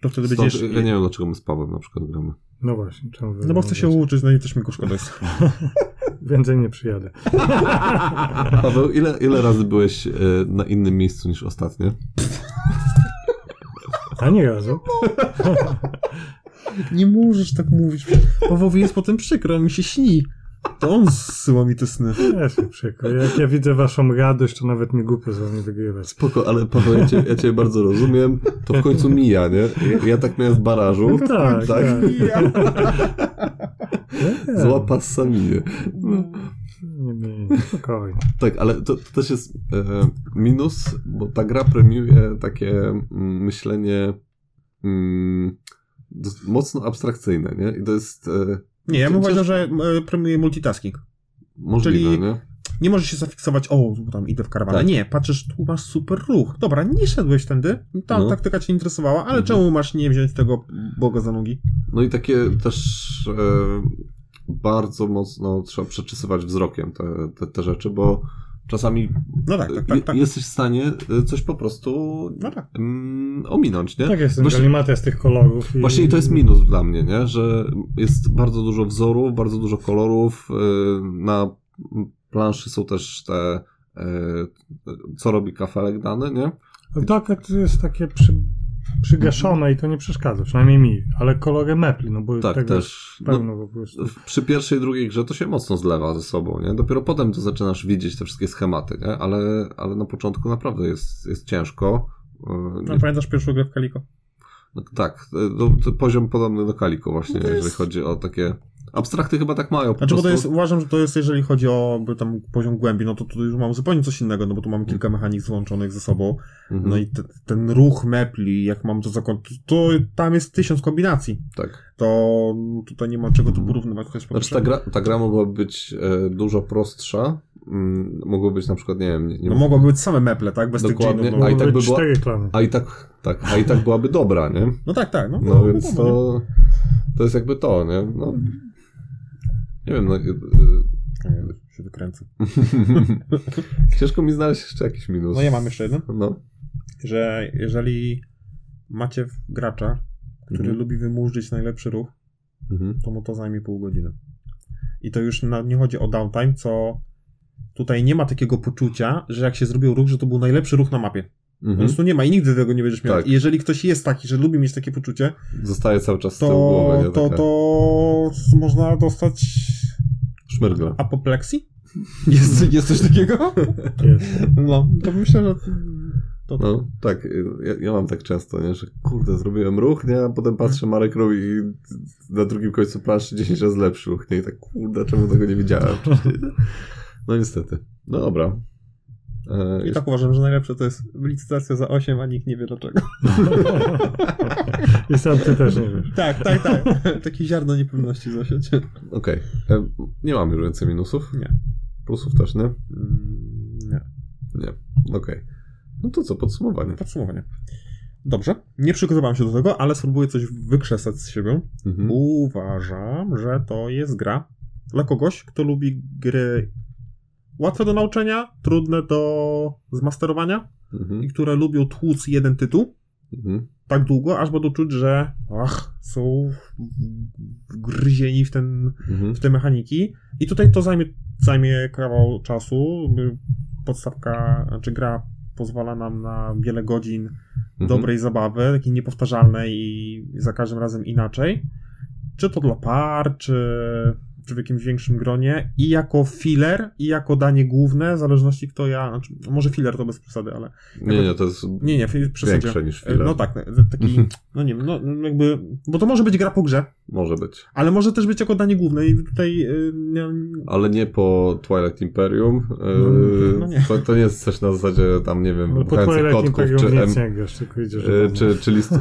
[SPEAKER 1] to wtedy
[SPEAKER 3] Stąd,
[SPEAKER 1] będziesz...
[SPEAKER 3] ja nie wiem dlaczego my z Pawłem na przykład gramy.
[SPEAKER 2] No właśnie, czemu wy-
[SPEAKER 1] No bo chcę się uczyć, no i też mi go szkoda jest.
[SPEAKER 2] Więcej nie przyjadę.
[SPEAKER 3] Paweł, ile, ile razy byłeś e, na innym miejscu niż ostatnio?
[SPEAKER 2] Ani razu.
[SPEAKER 1] Nie możesz tak mówić. Pawłowi jest potem przykro, mi się śni. To on zsyła mi te sny.
[SPEAKER 2] Ja się przykro. Jak ja widzę waszą radość, to nawet mi głupio z wami wygrywać.
[SPEAKER 3] Spoko, ale Paweł, ja cię, ja cię bardzo rozumiem. To w końcu mija, nie? Ja, ja tak miałem w barażu.
[SPEAKER 2] No tak, tak. Nie,
[SPEAKER 3] Złapa z saminie.
[SPEAKER 2] Nie, nie, nie, spokojnie.
[SPEAKER 3] Tak, ale to, to też jest e, minus, bo ta gra premiuje takie mm, myślenie mm, dos- mocno abstrakcyjne, nie? I to jest e,
[SPEAKER 1] Nie, ja bym
[SPEAKER 3] Czy-
[SPEAKER 1] powiedział, że e, premiuje multitasking.
[SPEAKER 3] możliwe,
[SPEAKER 1] Czyli-
[SPEAKER 3] nie?
[SPEAKER 1] Nie możesz się zafiksować, o, tam idę w karawanę.
[SPEAKER 3] Tak.
[SPEAKER 1] Nie, patrzysz, tu masz super ruch. Dobra, nie szedłeś tędy, ta
[SPEAKER 3] No.
[SPEAKER 1] taktyka cię interesowała, ale
[SPEAKER 3] Mhm.
[SPEAKER 1] czemu masz nie wziąć tego boga za nogi?
[SPEAKER 3] No i takie też e, bardzo mocno trzeba przeczesywać wzrokiem te, te, te rzeczy, bo czasami
[SPEAKER 1] No tak, tak,
[SPEAKER 3] je-
[SPEAKER 1] tak. tak.
[SPEAKER 3] jesteś w stanie e, coś po prostu
[SPEAKER 1] No tak.
[SPEAKER 3] mm, ominąć, nie?
[SPEAKER 2] Tak jest, ten
[SPEAKER 3] Właśnie-
[SPEAKER 2] galimata z tych kolorów. I...
[SPEAKER 3] Właśnie i to jest minus dla mnie, nie? że jest bardzo dużo wzorów, bardzo dużo kolorów. y, Na planszy są też te, y, co robi kafelek dany, nie?
[SPEAKER 2] Ale To akurat jest takie przy... przygaszone i to nie przeszkadza, przynajmniej mi. Ale kolory mepli, no bo
[SPEAKER 3] Tak,
[SPEAKER 2] tego
[SPEAKER 3] też.
[SPEAKER 2] jest
[SPEAKER 3] No,
[SPEAKER 2] pełno po prostu.
[SPEAKER 3] w- przy pierwszej, drugiej grze to się mocno zlewa ze sobą, nie? Dopiero potem to zaczynasz widzieć te wszystkie schematy, nie? Ale, ale na początku naprawdę jest, jest ciężko. Y,
[SPEAKER 1] No, pamiętasz pierwszą grę w Kaliko?
[SPEAKER 3] No, tak, y, to, to poziom podobny do Kaliko właśnie,
[SPEAKER 1] No to jest-
[SPEAKER 3] jeżeli chodzi o takie... Abstrakty chyba tak mają. po
[SPEAKER 1] Znaczy, bo to
[SPEAKER 3] prostu.
[SPEAKER 1] jest, uważam, że to jest, jeżeli chodzi o by tam poziom głębi, no to tu już mam zupełnie coś innego, no bo tu
[SPEAKER 3] Mm.
[SPEAKER 1] mam kilka mechanik złączonych ze sobą.
[SPEAKER 3] Mhm,
[SPEAKER 1] No i te, ten ruch mepli, jak mam to zakończyć, to tam jest tysiąc kombinacji.
[SPEAKER 3] tak.
[SPEAKER 1] To tutaj nie ma czego tu porównywać. To jest po
[SPEAKER 3] Znaczy ta
[SPEAKER 1] prostu-
[SPEAKER 3] gra, ta gra mogłaby być e, dużo prostsza. Mm, mogłoby być na przykład, nie wiem, nie, nie
[SPEAKER 1] No mogłoby być same meple, tak? Bez
[SPEAKER 3] Dokładnie,
[SPEAKER 1] tych dżinów.
[SPEAKER 3] a i
[SPEAKER 1] No,
[SPEAKER 3] tak by
[SPEAKER 2] Były
[SPEAKER 3] była-
[SPEAKER 2] cztery klany.
[SPEAKER 3] a i tak, tak, a i tak byłaby dobra, nie?
[SPEAKER 1] no tak, tak. No,
[SPEAKER 3] No
[SPEAKER 1] no,
[SPEAKER 3] więc
[SPEAKER 1] wiadomo,
[SPEAKER 3] to, to jest jakby to, nie? No, nie wiem, no, e,
[SPEAKER 1] nie? Nie, się wykręcę.
[SPEAKER 3] e, ciężko mi znaleźć jeszcze jakiś minus.
[SPEAKER 1] No ja mam jeszcze jeden,
[SPEAKER 3] No.
[SPEAKER 1] że jeżeli macie w- gracza, który
[SPEAKER 3] Mhm.
[SPEAKER 1] lubi wymurzyć najlepszy ruch,
[SPEAKER 3] Mhm.
[SPEAKER 1] to mu to zajmie pół godziny. I to już na, nie chodzi o downtime, co tutaj nie ma takiego poczucia, że jak się zrobił ruch, że to był najlepszy ruch na mapie. Po
[SPEAKER 3] Mhm.
[SPEAKER 1] prostu nie ma i nigdy tego nie będziesz miał.
[SPEAKER 3] Tak.
[SPEAKER 1] I jeżeli ktoś jest taki, że lubi mieć takie poczucie,
[SPEAKER 3] Zostaje cały czas z
[SPEAKER 1] to,
[SPEAKER 3] tyłu głowy.
[SPEAKER 1] to,
[SPEAKER 3] nie?
[SPEAKER 1] to,
[SPEAKER 3] Taka
[SPEAKER 1] można dostać
[SPEAKER 3] Szmyrgla.
[SPEAKER 1] apopleksji? Jest, jest coś takiego?
[SPEAKER 3] tak-
[SPEAKER 2] Jest.
[SPEAKER 1] No, to myślę, że to tak.
[SPEAKER 3] No, tak, ja, ja mam tak często, nie, że kurde, zrobiłem ruch, nie, a potem
[SPEAKER 1] Mhm.
[SPEAKER 3] patrzę, Marek robi na drugim końcu planszy 10 razy lepszy ruch, nie, i tak kurde, czemu tego nie widziałem wcześniej, nie? No niestety. No dobra. E,
[SPEAKER 1] I tak uważam, że najlepsze to jest licytacja za 8, a nikt nie wie dlaczego.
[SPEAKER 2] I sam ty też nie wiesz.
[SPEAKER 1] Tak, tak, tak. Takie ziarno niepewności zasiać.
[SPEAKER 3] Okej. E, Nie mamy już więcej minusów?
[SPEAKER 1] tak. Nie.
[SPEAKER 3] Plusów też, nie?
[SPEAKER 1] Mm, Nie.
[SPEAKER 3] Okej. No to co, podsumowanie.
[SPEAKER 1] Podsumowanie. Dobrze. Nie przygotowałem się do tego, ale spróbuję coś wykrzesać z siebie.
[SPEAKER 3] Mhm.
[SPEAKER 1] Uważam, że to jest gra dla kogoś, kto lubi gry łatwe do nauczenia, trudne do zmasterowania
[SPEAKER 3] Mhm.
[SPEAKER 1] i które lubią tłuc jeden tytuł
[SPEAKER 3] Mhm.
[SPEAKER 1] tak długo, aż będą czuć, że ach, są gryzieni w, ten,
[SPEAKER 3] Mhm.
[SPEAKER 1] w te mechaniki. I tutaj to zajmie, zajmie kawał czasu. Podstawka, czy gra pozwala nam na wiele godzin
[SPEAKER 3] Mhm.
[SPEAKER 1] dobrej zabawy, takiej niepowtarzalnej i za każdym razem inaczej. Czy to dla par, czy, czy w jakimś większym gronie. I jako filler, i jako danie główne, w zależności kto ja. Znaczy, może filler to bez przesady, ale.
[SPEAKER 3] Nie, nie, to jest
[SPEAKER 1] Nie, nie, fi- przesadzie.
[SPEAKER 3] większe niż
[SPEAKER 1] E,
[SPEAKER 3] chwilę.
[SPEAKER 1] No tak, e,
[SPEAKER 3] Mhm.
[SPEAKER 1] taki. No nie wiem, no jakby. Bo to może być gra po grze,
[SPEAKER 3] Może być.
[SPEAKER 1] ale może też być jako danie główne i tutaj. y, nie-
[SPEAKER 3] Ale nie po Twilight Imperium. E,
[SPEAKER 1] No, no nie.
[SPEAKER 3] To, to nie jest coś na zasadzie tam, nie wiem,
[SPEAKER 2] No, po
[SPEAKER 3] wybuchających
[SPEAKER 2] Twilight
[SPEAKER 3] kotków,
[SPEAKER 2] Imperium
[SPEAKER 3] czy, em,
[SPEAKER 2] nic nie grasz, tylko idziesz
[SPEAKER 3] e,
[SPEAKER 2] do
[SPEAKER 3] czy, czy, list, e,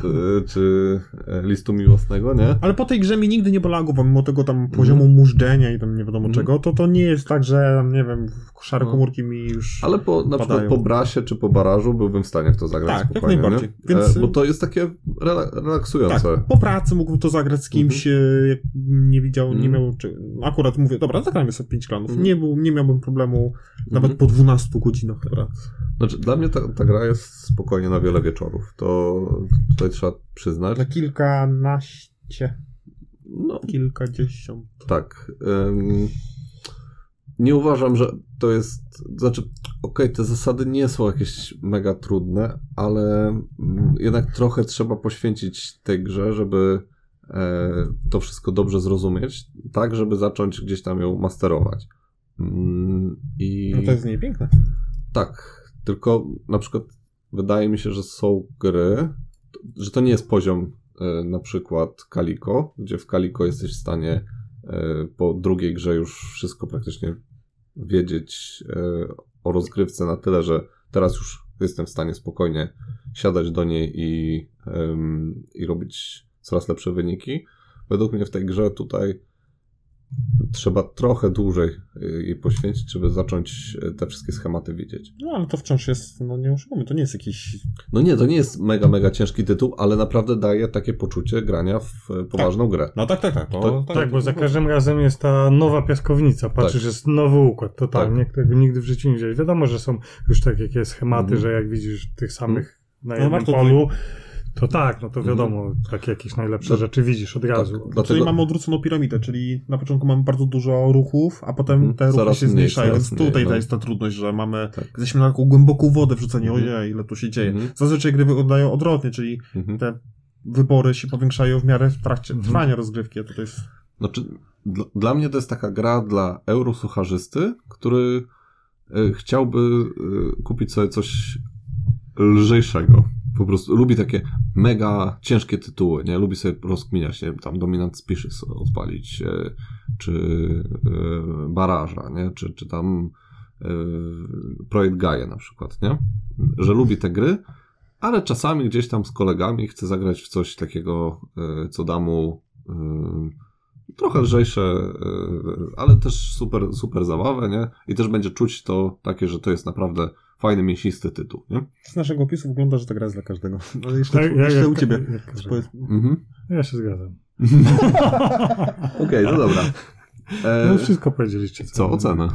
[SPEAKER 3] czy e, listu miłosnego, nie?
[SPEAKER 1] Ale po tej grze mi nigdy nie bolała głowa, mimo tego tam poziomu mużdżenia i tam nie wiadomo
[SPEAKER 3] Mhm.
[SPEAKER 1] czego, to to nie jest tak, że nie wiem, szare
[SPEAKER 3] No.
[SPEAKER 1] komórki mi już...
[SPEAKER 3] Ale po, na
[SPEAKER 1] Padają.
[SPEAKER 3] przykład po brasie czy po barażu byłbym w stanie w to zagrać
[SPEAKER 1] Tak, jak
[SPEAKER 3] spokojnie.
[SPEAKER 1] najbardziej.
[SPEAKER 3] Nie?
[SPEAKER 1] Więc- y-
[SPEAKER 3] E, Bo to jest takie rela- relaksujące. Mhm.
[SPEAKER 1] Tak, po pracy mógł to zagrać z kimś, e, jak nie widział, nie
[SPEAKER 3] Mhm.
[SPEAKER 1] miał, czy, akurat mówię, dobra, zagrajmy sobie 5 klanów,
[SPEAKER 3] Mhm.
[SPEAKER 1] nie, był, nie miałbym problemu
[SPEAKER 3] Mhm.
[SPEAKER 1] nawet po 12 godzinach pracy.
[SPEAKER 3] Znaczy, dla mnie ta, ta gra jest spokojnie na wiele wieczorów. To tutaj trzeba przyznać.
[SPEAKER 1] Na kilkanaście,
[SPEAKER 3] No,
[SPEAKER 1] kilkadziesiąt.
[SPEAKER 3] tak. Ym, nie uważam, że to jest. Znaczy, okej, te zasady nie są jakieś mega trudne, ale mm, jednak trochę trzeba poświęcić tej grze, żeby e, to wszystko dobrze zrozumieć, tak, żeby zacząć gdzieś tam ją masterować. Mm, I...
[SPEAKER 1] No to jest nie piękne.
[SPEAKER 3] Tak, tylko na przykład wydaje mi się, że są gry, że to nie jest poziom e, na przykład Kaliko, gdzie w Kaliko jesteś w stanie e, po drugiej grze już wszystko praktycznie wiedzieć e, o rozgrywce na tyle, że teraz już jestem w stanie spokojnie siadać do niej i, em, i robić coraz lepsze wyniki. Według mnie w tej grze tutaj trzeba trochę dłużej e, jej poświęcić, żeby zacząć e, te wszystkie schematy widzieć.
[SPEAKER 1] No ale to wciąż jest, no nie oszukujmy, to nie jest jakiś...
[SPEAKER 3] No nie, to nie jest mega, mega ciężki tytuł, ale naprawdę daje takie poczucie grania w e, poważną grę.
[SPEAKER 1] No tak, tak, tak. To,
[SPEAKER 3] To-
[SPEAKER 2] Tak, bo za każdym razem jest ta nowa piaskownica. Patrzysz,
[SPEAKER 3] Tak.
[SPEAKER 2] jest nowy układ totalnie, którego nigdy w życiu nie widziałeś. Wiadomo, że są już takie jakieś schematy,
[SPEAKER 3] Mhm.
[SPEAKER 2] że jak widzisz tych samych na
[SPEAKER 1] No
[SPEAKER 2] jednym
[SPEAKER 1] warto
[SPEAKER 2] polu, to tak, no to
[SPEAKER 3] Mhm.
[SPEAKER 2] wiadomo, takie jakieś najlepsze
[SPEAKER 3] Dla-
[SPEAKER 2] rzeczy widzisz od
[SPEAKER 3] Tak,
[SPEAKER 2] razu.
[SPEAKER 1] Czyli
[SPEAKER 3] dlatego,
[SPEAKER 1] mamy odwróconą piramidę, czyli na początku mamy bardzo dużo ruchów, a potem
[SPEAKER 3] Mhm.
[SPEAKER 1] te ruchy
[SPEAKER 3] Coraz
[SPEAKER 1] się
[SPEAKER 3] mniej,
[SPEAKER 1] zmniejszają. Więc
[SPEAKER 3] coraz
[SPEAKER 1] tutaj
[SPEAKER 3] mniej, no.
[SPEAKER 1] to jest ta trudność, że mamy.
[SPEAKER 3] Tak.
[SPEAKER 1] Jesteśmy na taką głęboką wodę wrzuceni,
[SPEAKER 3] Mhm.
[SPEAKER 1] ojej, ile tu się dzieje.
[SPEAKER 3] Mhm.
[SPEAKER 1] Zazwyczaj gry wyglądają odwrotnie, czyli
[SPEAKER 3] Mhm.
[SPEAKER 1] te wybory się powiększają w miarę w trakcie
[SPEAKER 2] Mhm.
[SPEAKER 1] trwania rozgrywki. a Tutaj jest...
[SPEAKER 3] Znaczy, dla, dla mnie to jest taka gra dla eurosucharzysty, który e, chciałby e, kupić sobie coś lżejszego. Po prostu lubi takie mega ciężkie tytuły, nie? Lubi sobie rozkminiać, nie wiem, tam Dominant Species odpalić, e, czy e, Baraża, nie? Czy, czy tam e, Projekt Gaia na przykład, nie? Że lubi te gry, ale czasami gdzieś tam z kolegami chce zagrać w coś takiego, e, co da mu e, trochę lżejsze, e, ale też super, super zabawę, nie? I też będzie czuć to takie, że to jest naprawdę fajny, mięsisty tytuł, nie?
[SPEAKER 1] Z naszego opisu wygląda, że ta gra jest dla każdego. Ale jeszcze,
[SPEAKER 2] Tak,
[SPEAKER 1] jeszcze
[SPEAKER 2] jak-
[SPEAKER 1] u ciebie.
[SPEAKER 2] jak-
[SPEAKER 1] Powiedz-
[SPEAKER 3] Mhm.
[SPEAKER 2] Ja się zgadzam.
[SPEAKER 3] Okej, no dobra. E,
[SPEAKER 2] No wszystko powiedzieliście.
[SPEAKER 3] co, ocenę?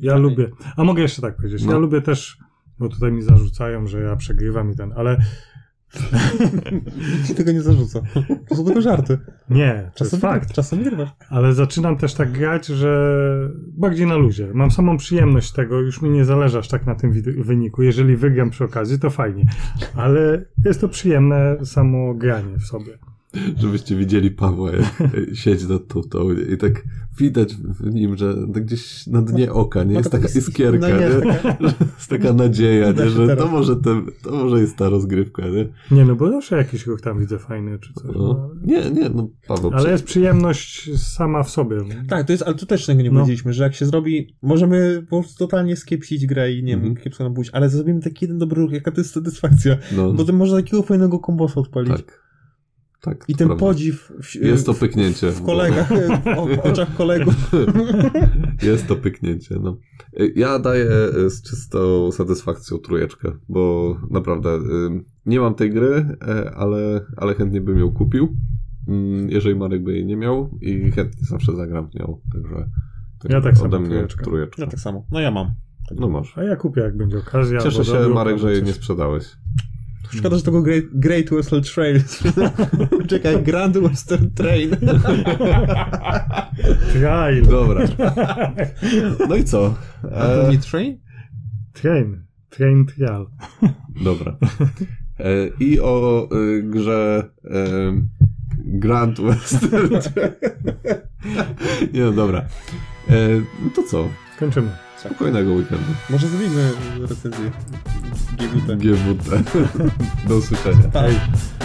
[SPEAKER 2] Ja lubię. A mogę jeszcze tak powiedzieć.
[SPEAKER 3] No.
[SPEAKER 2] Ja lubię też, bo tutaj mi zarzucają, że ja przegrywam i ten, ale
[SPEAKER 1] Ci tego nie zarzuca. To są tylko żarty.
[SPEAKER 2] Nie, to
[SPEAKER 1] Czasem
[SPEAKER 2] jest fakt.
[SPEAKER 1] wygrywasz, czasem wygrywasz.
[SPEAKER 2] Ale zaczynam też tak grać, że bardziej na luzie. Mam samą przyjemność tego, już mi nie zależy aż tak na tym wid- wyniku. Jeżeli wygram przy okazji, to fajnie. Ale jest to przyjemne samo granie w sobie.
[SPEAKER 3] Żebyście widzieli Pawła, jak siedzi nad tą tą i tak widać w nim, że tak gdzieś na dnie oka, nie?
[SPEAKER 1] Ma
[SPEAKER 3] Jest
[SPEAKER 1] taką
[SPEAKER 3] taka
[SPEAKER 1] is-
[SPEAKER 3] iskierka,
[SPEAKER 1] no nie,
[SPEAKER 3] nie?
[SPEAKER 1] taka-
[SPEAKER 3] Że Jest taka nadzieja,
[SPEAKER 1] Da
[SPEAKER 3] nie?
[SPEAKER 1] się
[SPEAKER 3] Że to
[SPEAKER 1] teraz.
[SPEAKER 3] może, ten, to może jest ta rozgrywka, nie?
[SPEAKER 2] Nie, no bo zawsze jakiś ruch tam widzę fajny czy coś.
[SPEAKER 3] No.
[SPEAKER 2] No.
[SPEAKER 3] Nie, nie, no Paweł.
[SPEAKER 2] Ale jest przyjemność sama w sobie.
[SPEAKER 1] Tak, to jest, ale to też tego nie
[SPEAKER 2] No.
[SPEAKER 1] powiedzieliśmy, że jak się zrobi, możemy po prostu totalnie skiepsić grę i nie wiem,
[SPEAKER 3] Mhm.
[SPEAKER 1] kiepsko nam pójść, ale zrobimy taki jeden dobry ruch, jaka to jest satysfakcja.
[SPEAKER 3] no,
[SPEAKER 1] Bo to można takiego fajnego kombosa odpalić.
[SPEAKER 3] tak. Tak.
[SPEAKER 1] I ten
[SPEAKER 3] prawda.
[SPEAKER 1] podziw w,
[SPEAKER 3] Jest to
[SPEAKER 1] w,
[SPEAKER 3] pyknięcie.
[SPEAKER 1] w kolegach, o- w oczach kolegów.
[SPEAKER 3] Jest to pyknięcie, no. Ja daję y, z czystą satysfakcją trójeczkę, bo naprawdę y, nie mam tej gry, y, ale, ale chętnie bym ją kupił. Mm, Jeżeli Marek by jej nie miał i chętnie zawsze zagram w nią, także to
[SPEAKER 2] Ja tak samo
[SPEAKER 3] ode mnie
[SPEAKER 2] trójeczka.
[SPEAKER 3] trójeczka.
[SPEAKER 1] Ja tak samo. No ja mam.
[SPEAKER 3] No masz.
[SPEAKER 2] A ja kupię, jak będzie okazja.
[SPEAKER 3] Cieszę
[SPEAKER 2] bo
[SPEAKER 3] się,
[SPEAKER 2] dobry
[SPEAKER 3] Marek,
[SPEAKER 2] okazja,
[SPEAKER 3] że jej nie
[SPEAKER 2] cieszę.
[SPEAKER 3] sprzedałeś.
[SPEAKER 1] Szkoda, że tego Great, great Western Trail. Czekaj, Grand Western Trail.
[SPEAKER 2] Trail.
[SPEAKER 3] Dobra. No i co? E,
[SPEAKER 1] A to nie train?
[SPEAKER 2] Train. Train trial.
[SPEAKER 3] Dobra. E, I o y, grze e, Grand Western. Nie, no dobra. E, no to co?
[SPEAKER 2] Kończymy.
[SPEAKER 3] Spokojnego weekendu.
[SPEAKER 1] Może zrobimy recenzję GWT.
[SPEAKER 3] GWT. Do usłyszenia.
[SPEAKER 1] Tak.
[SPEAKER 2] Hej.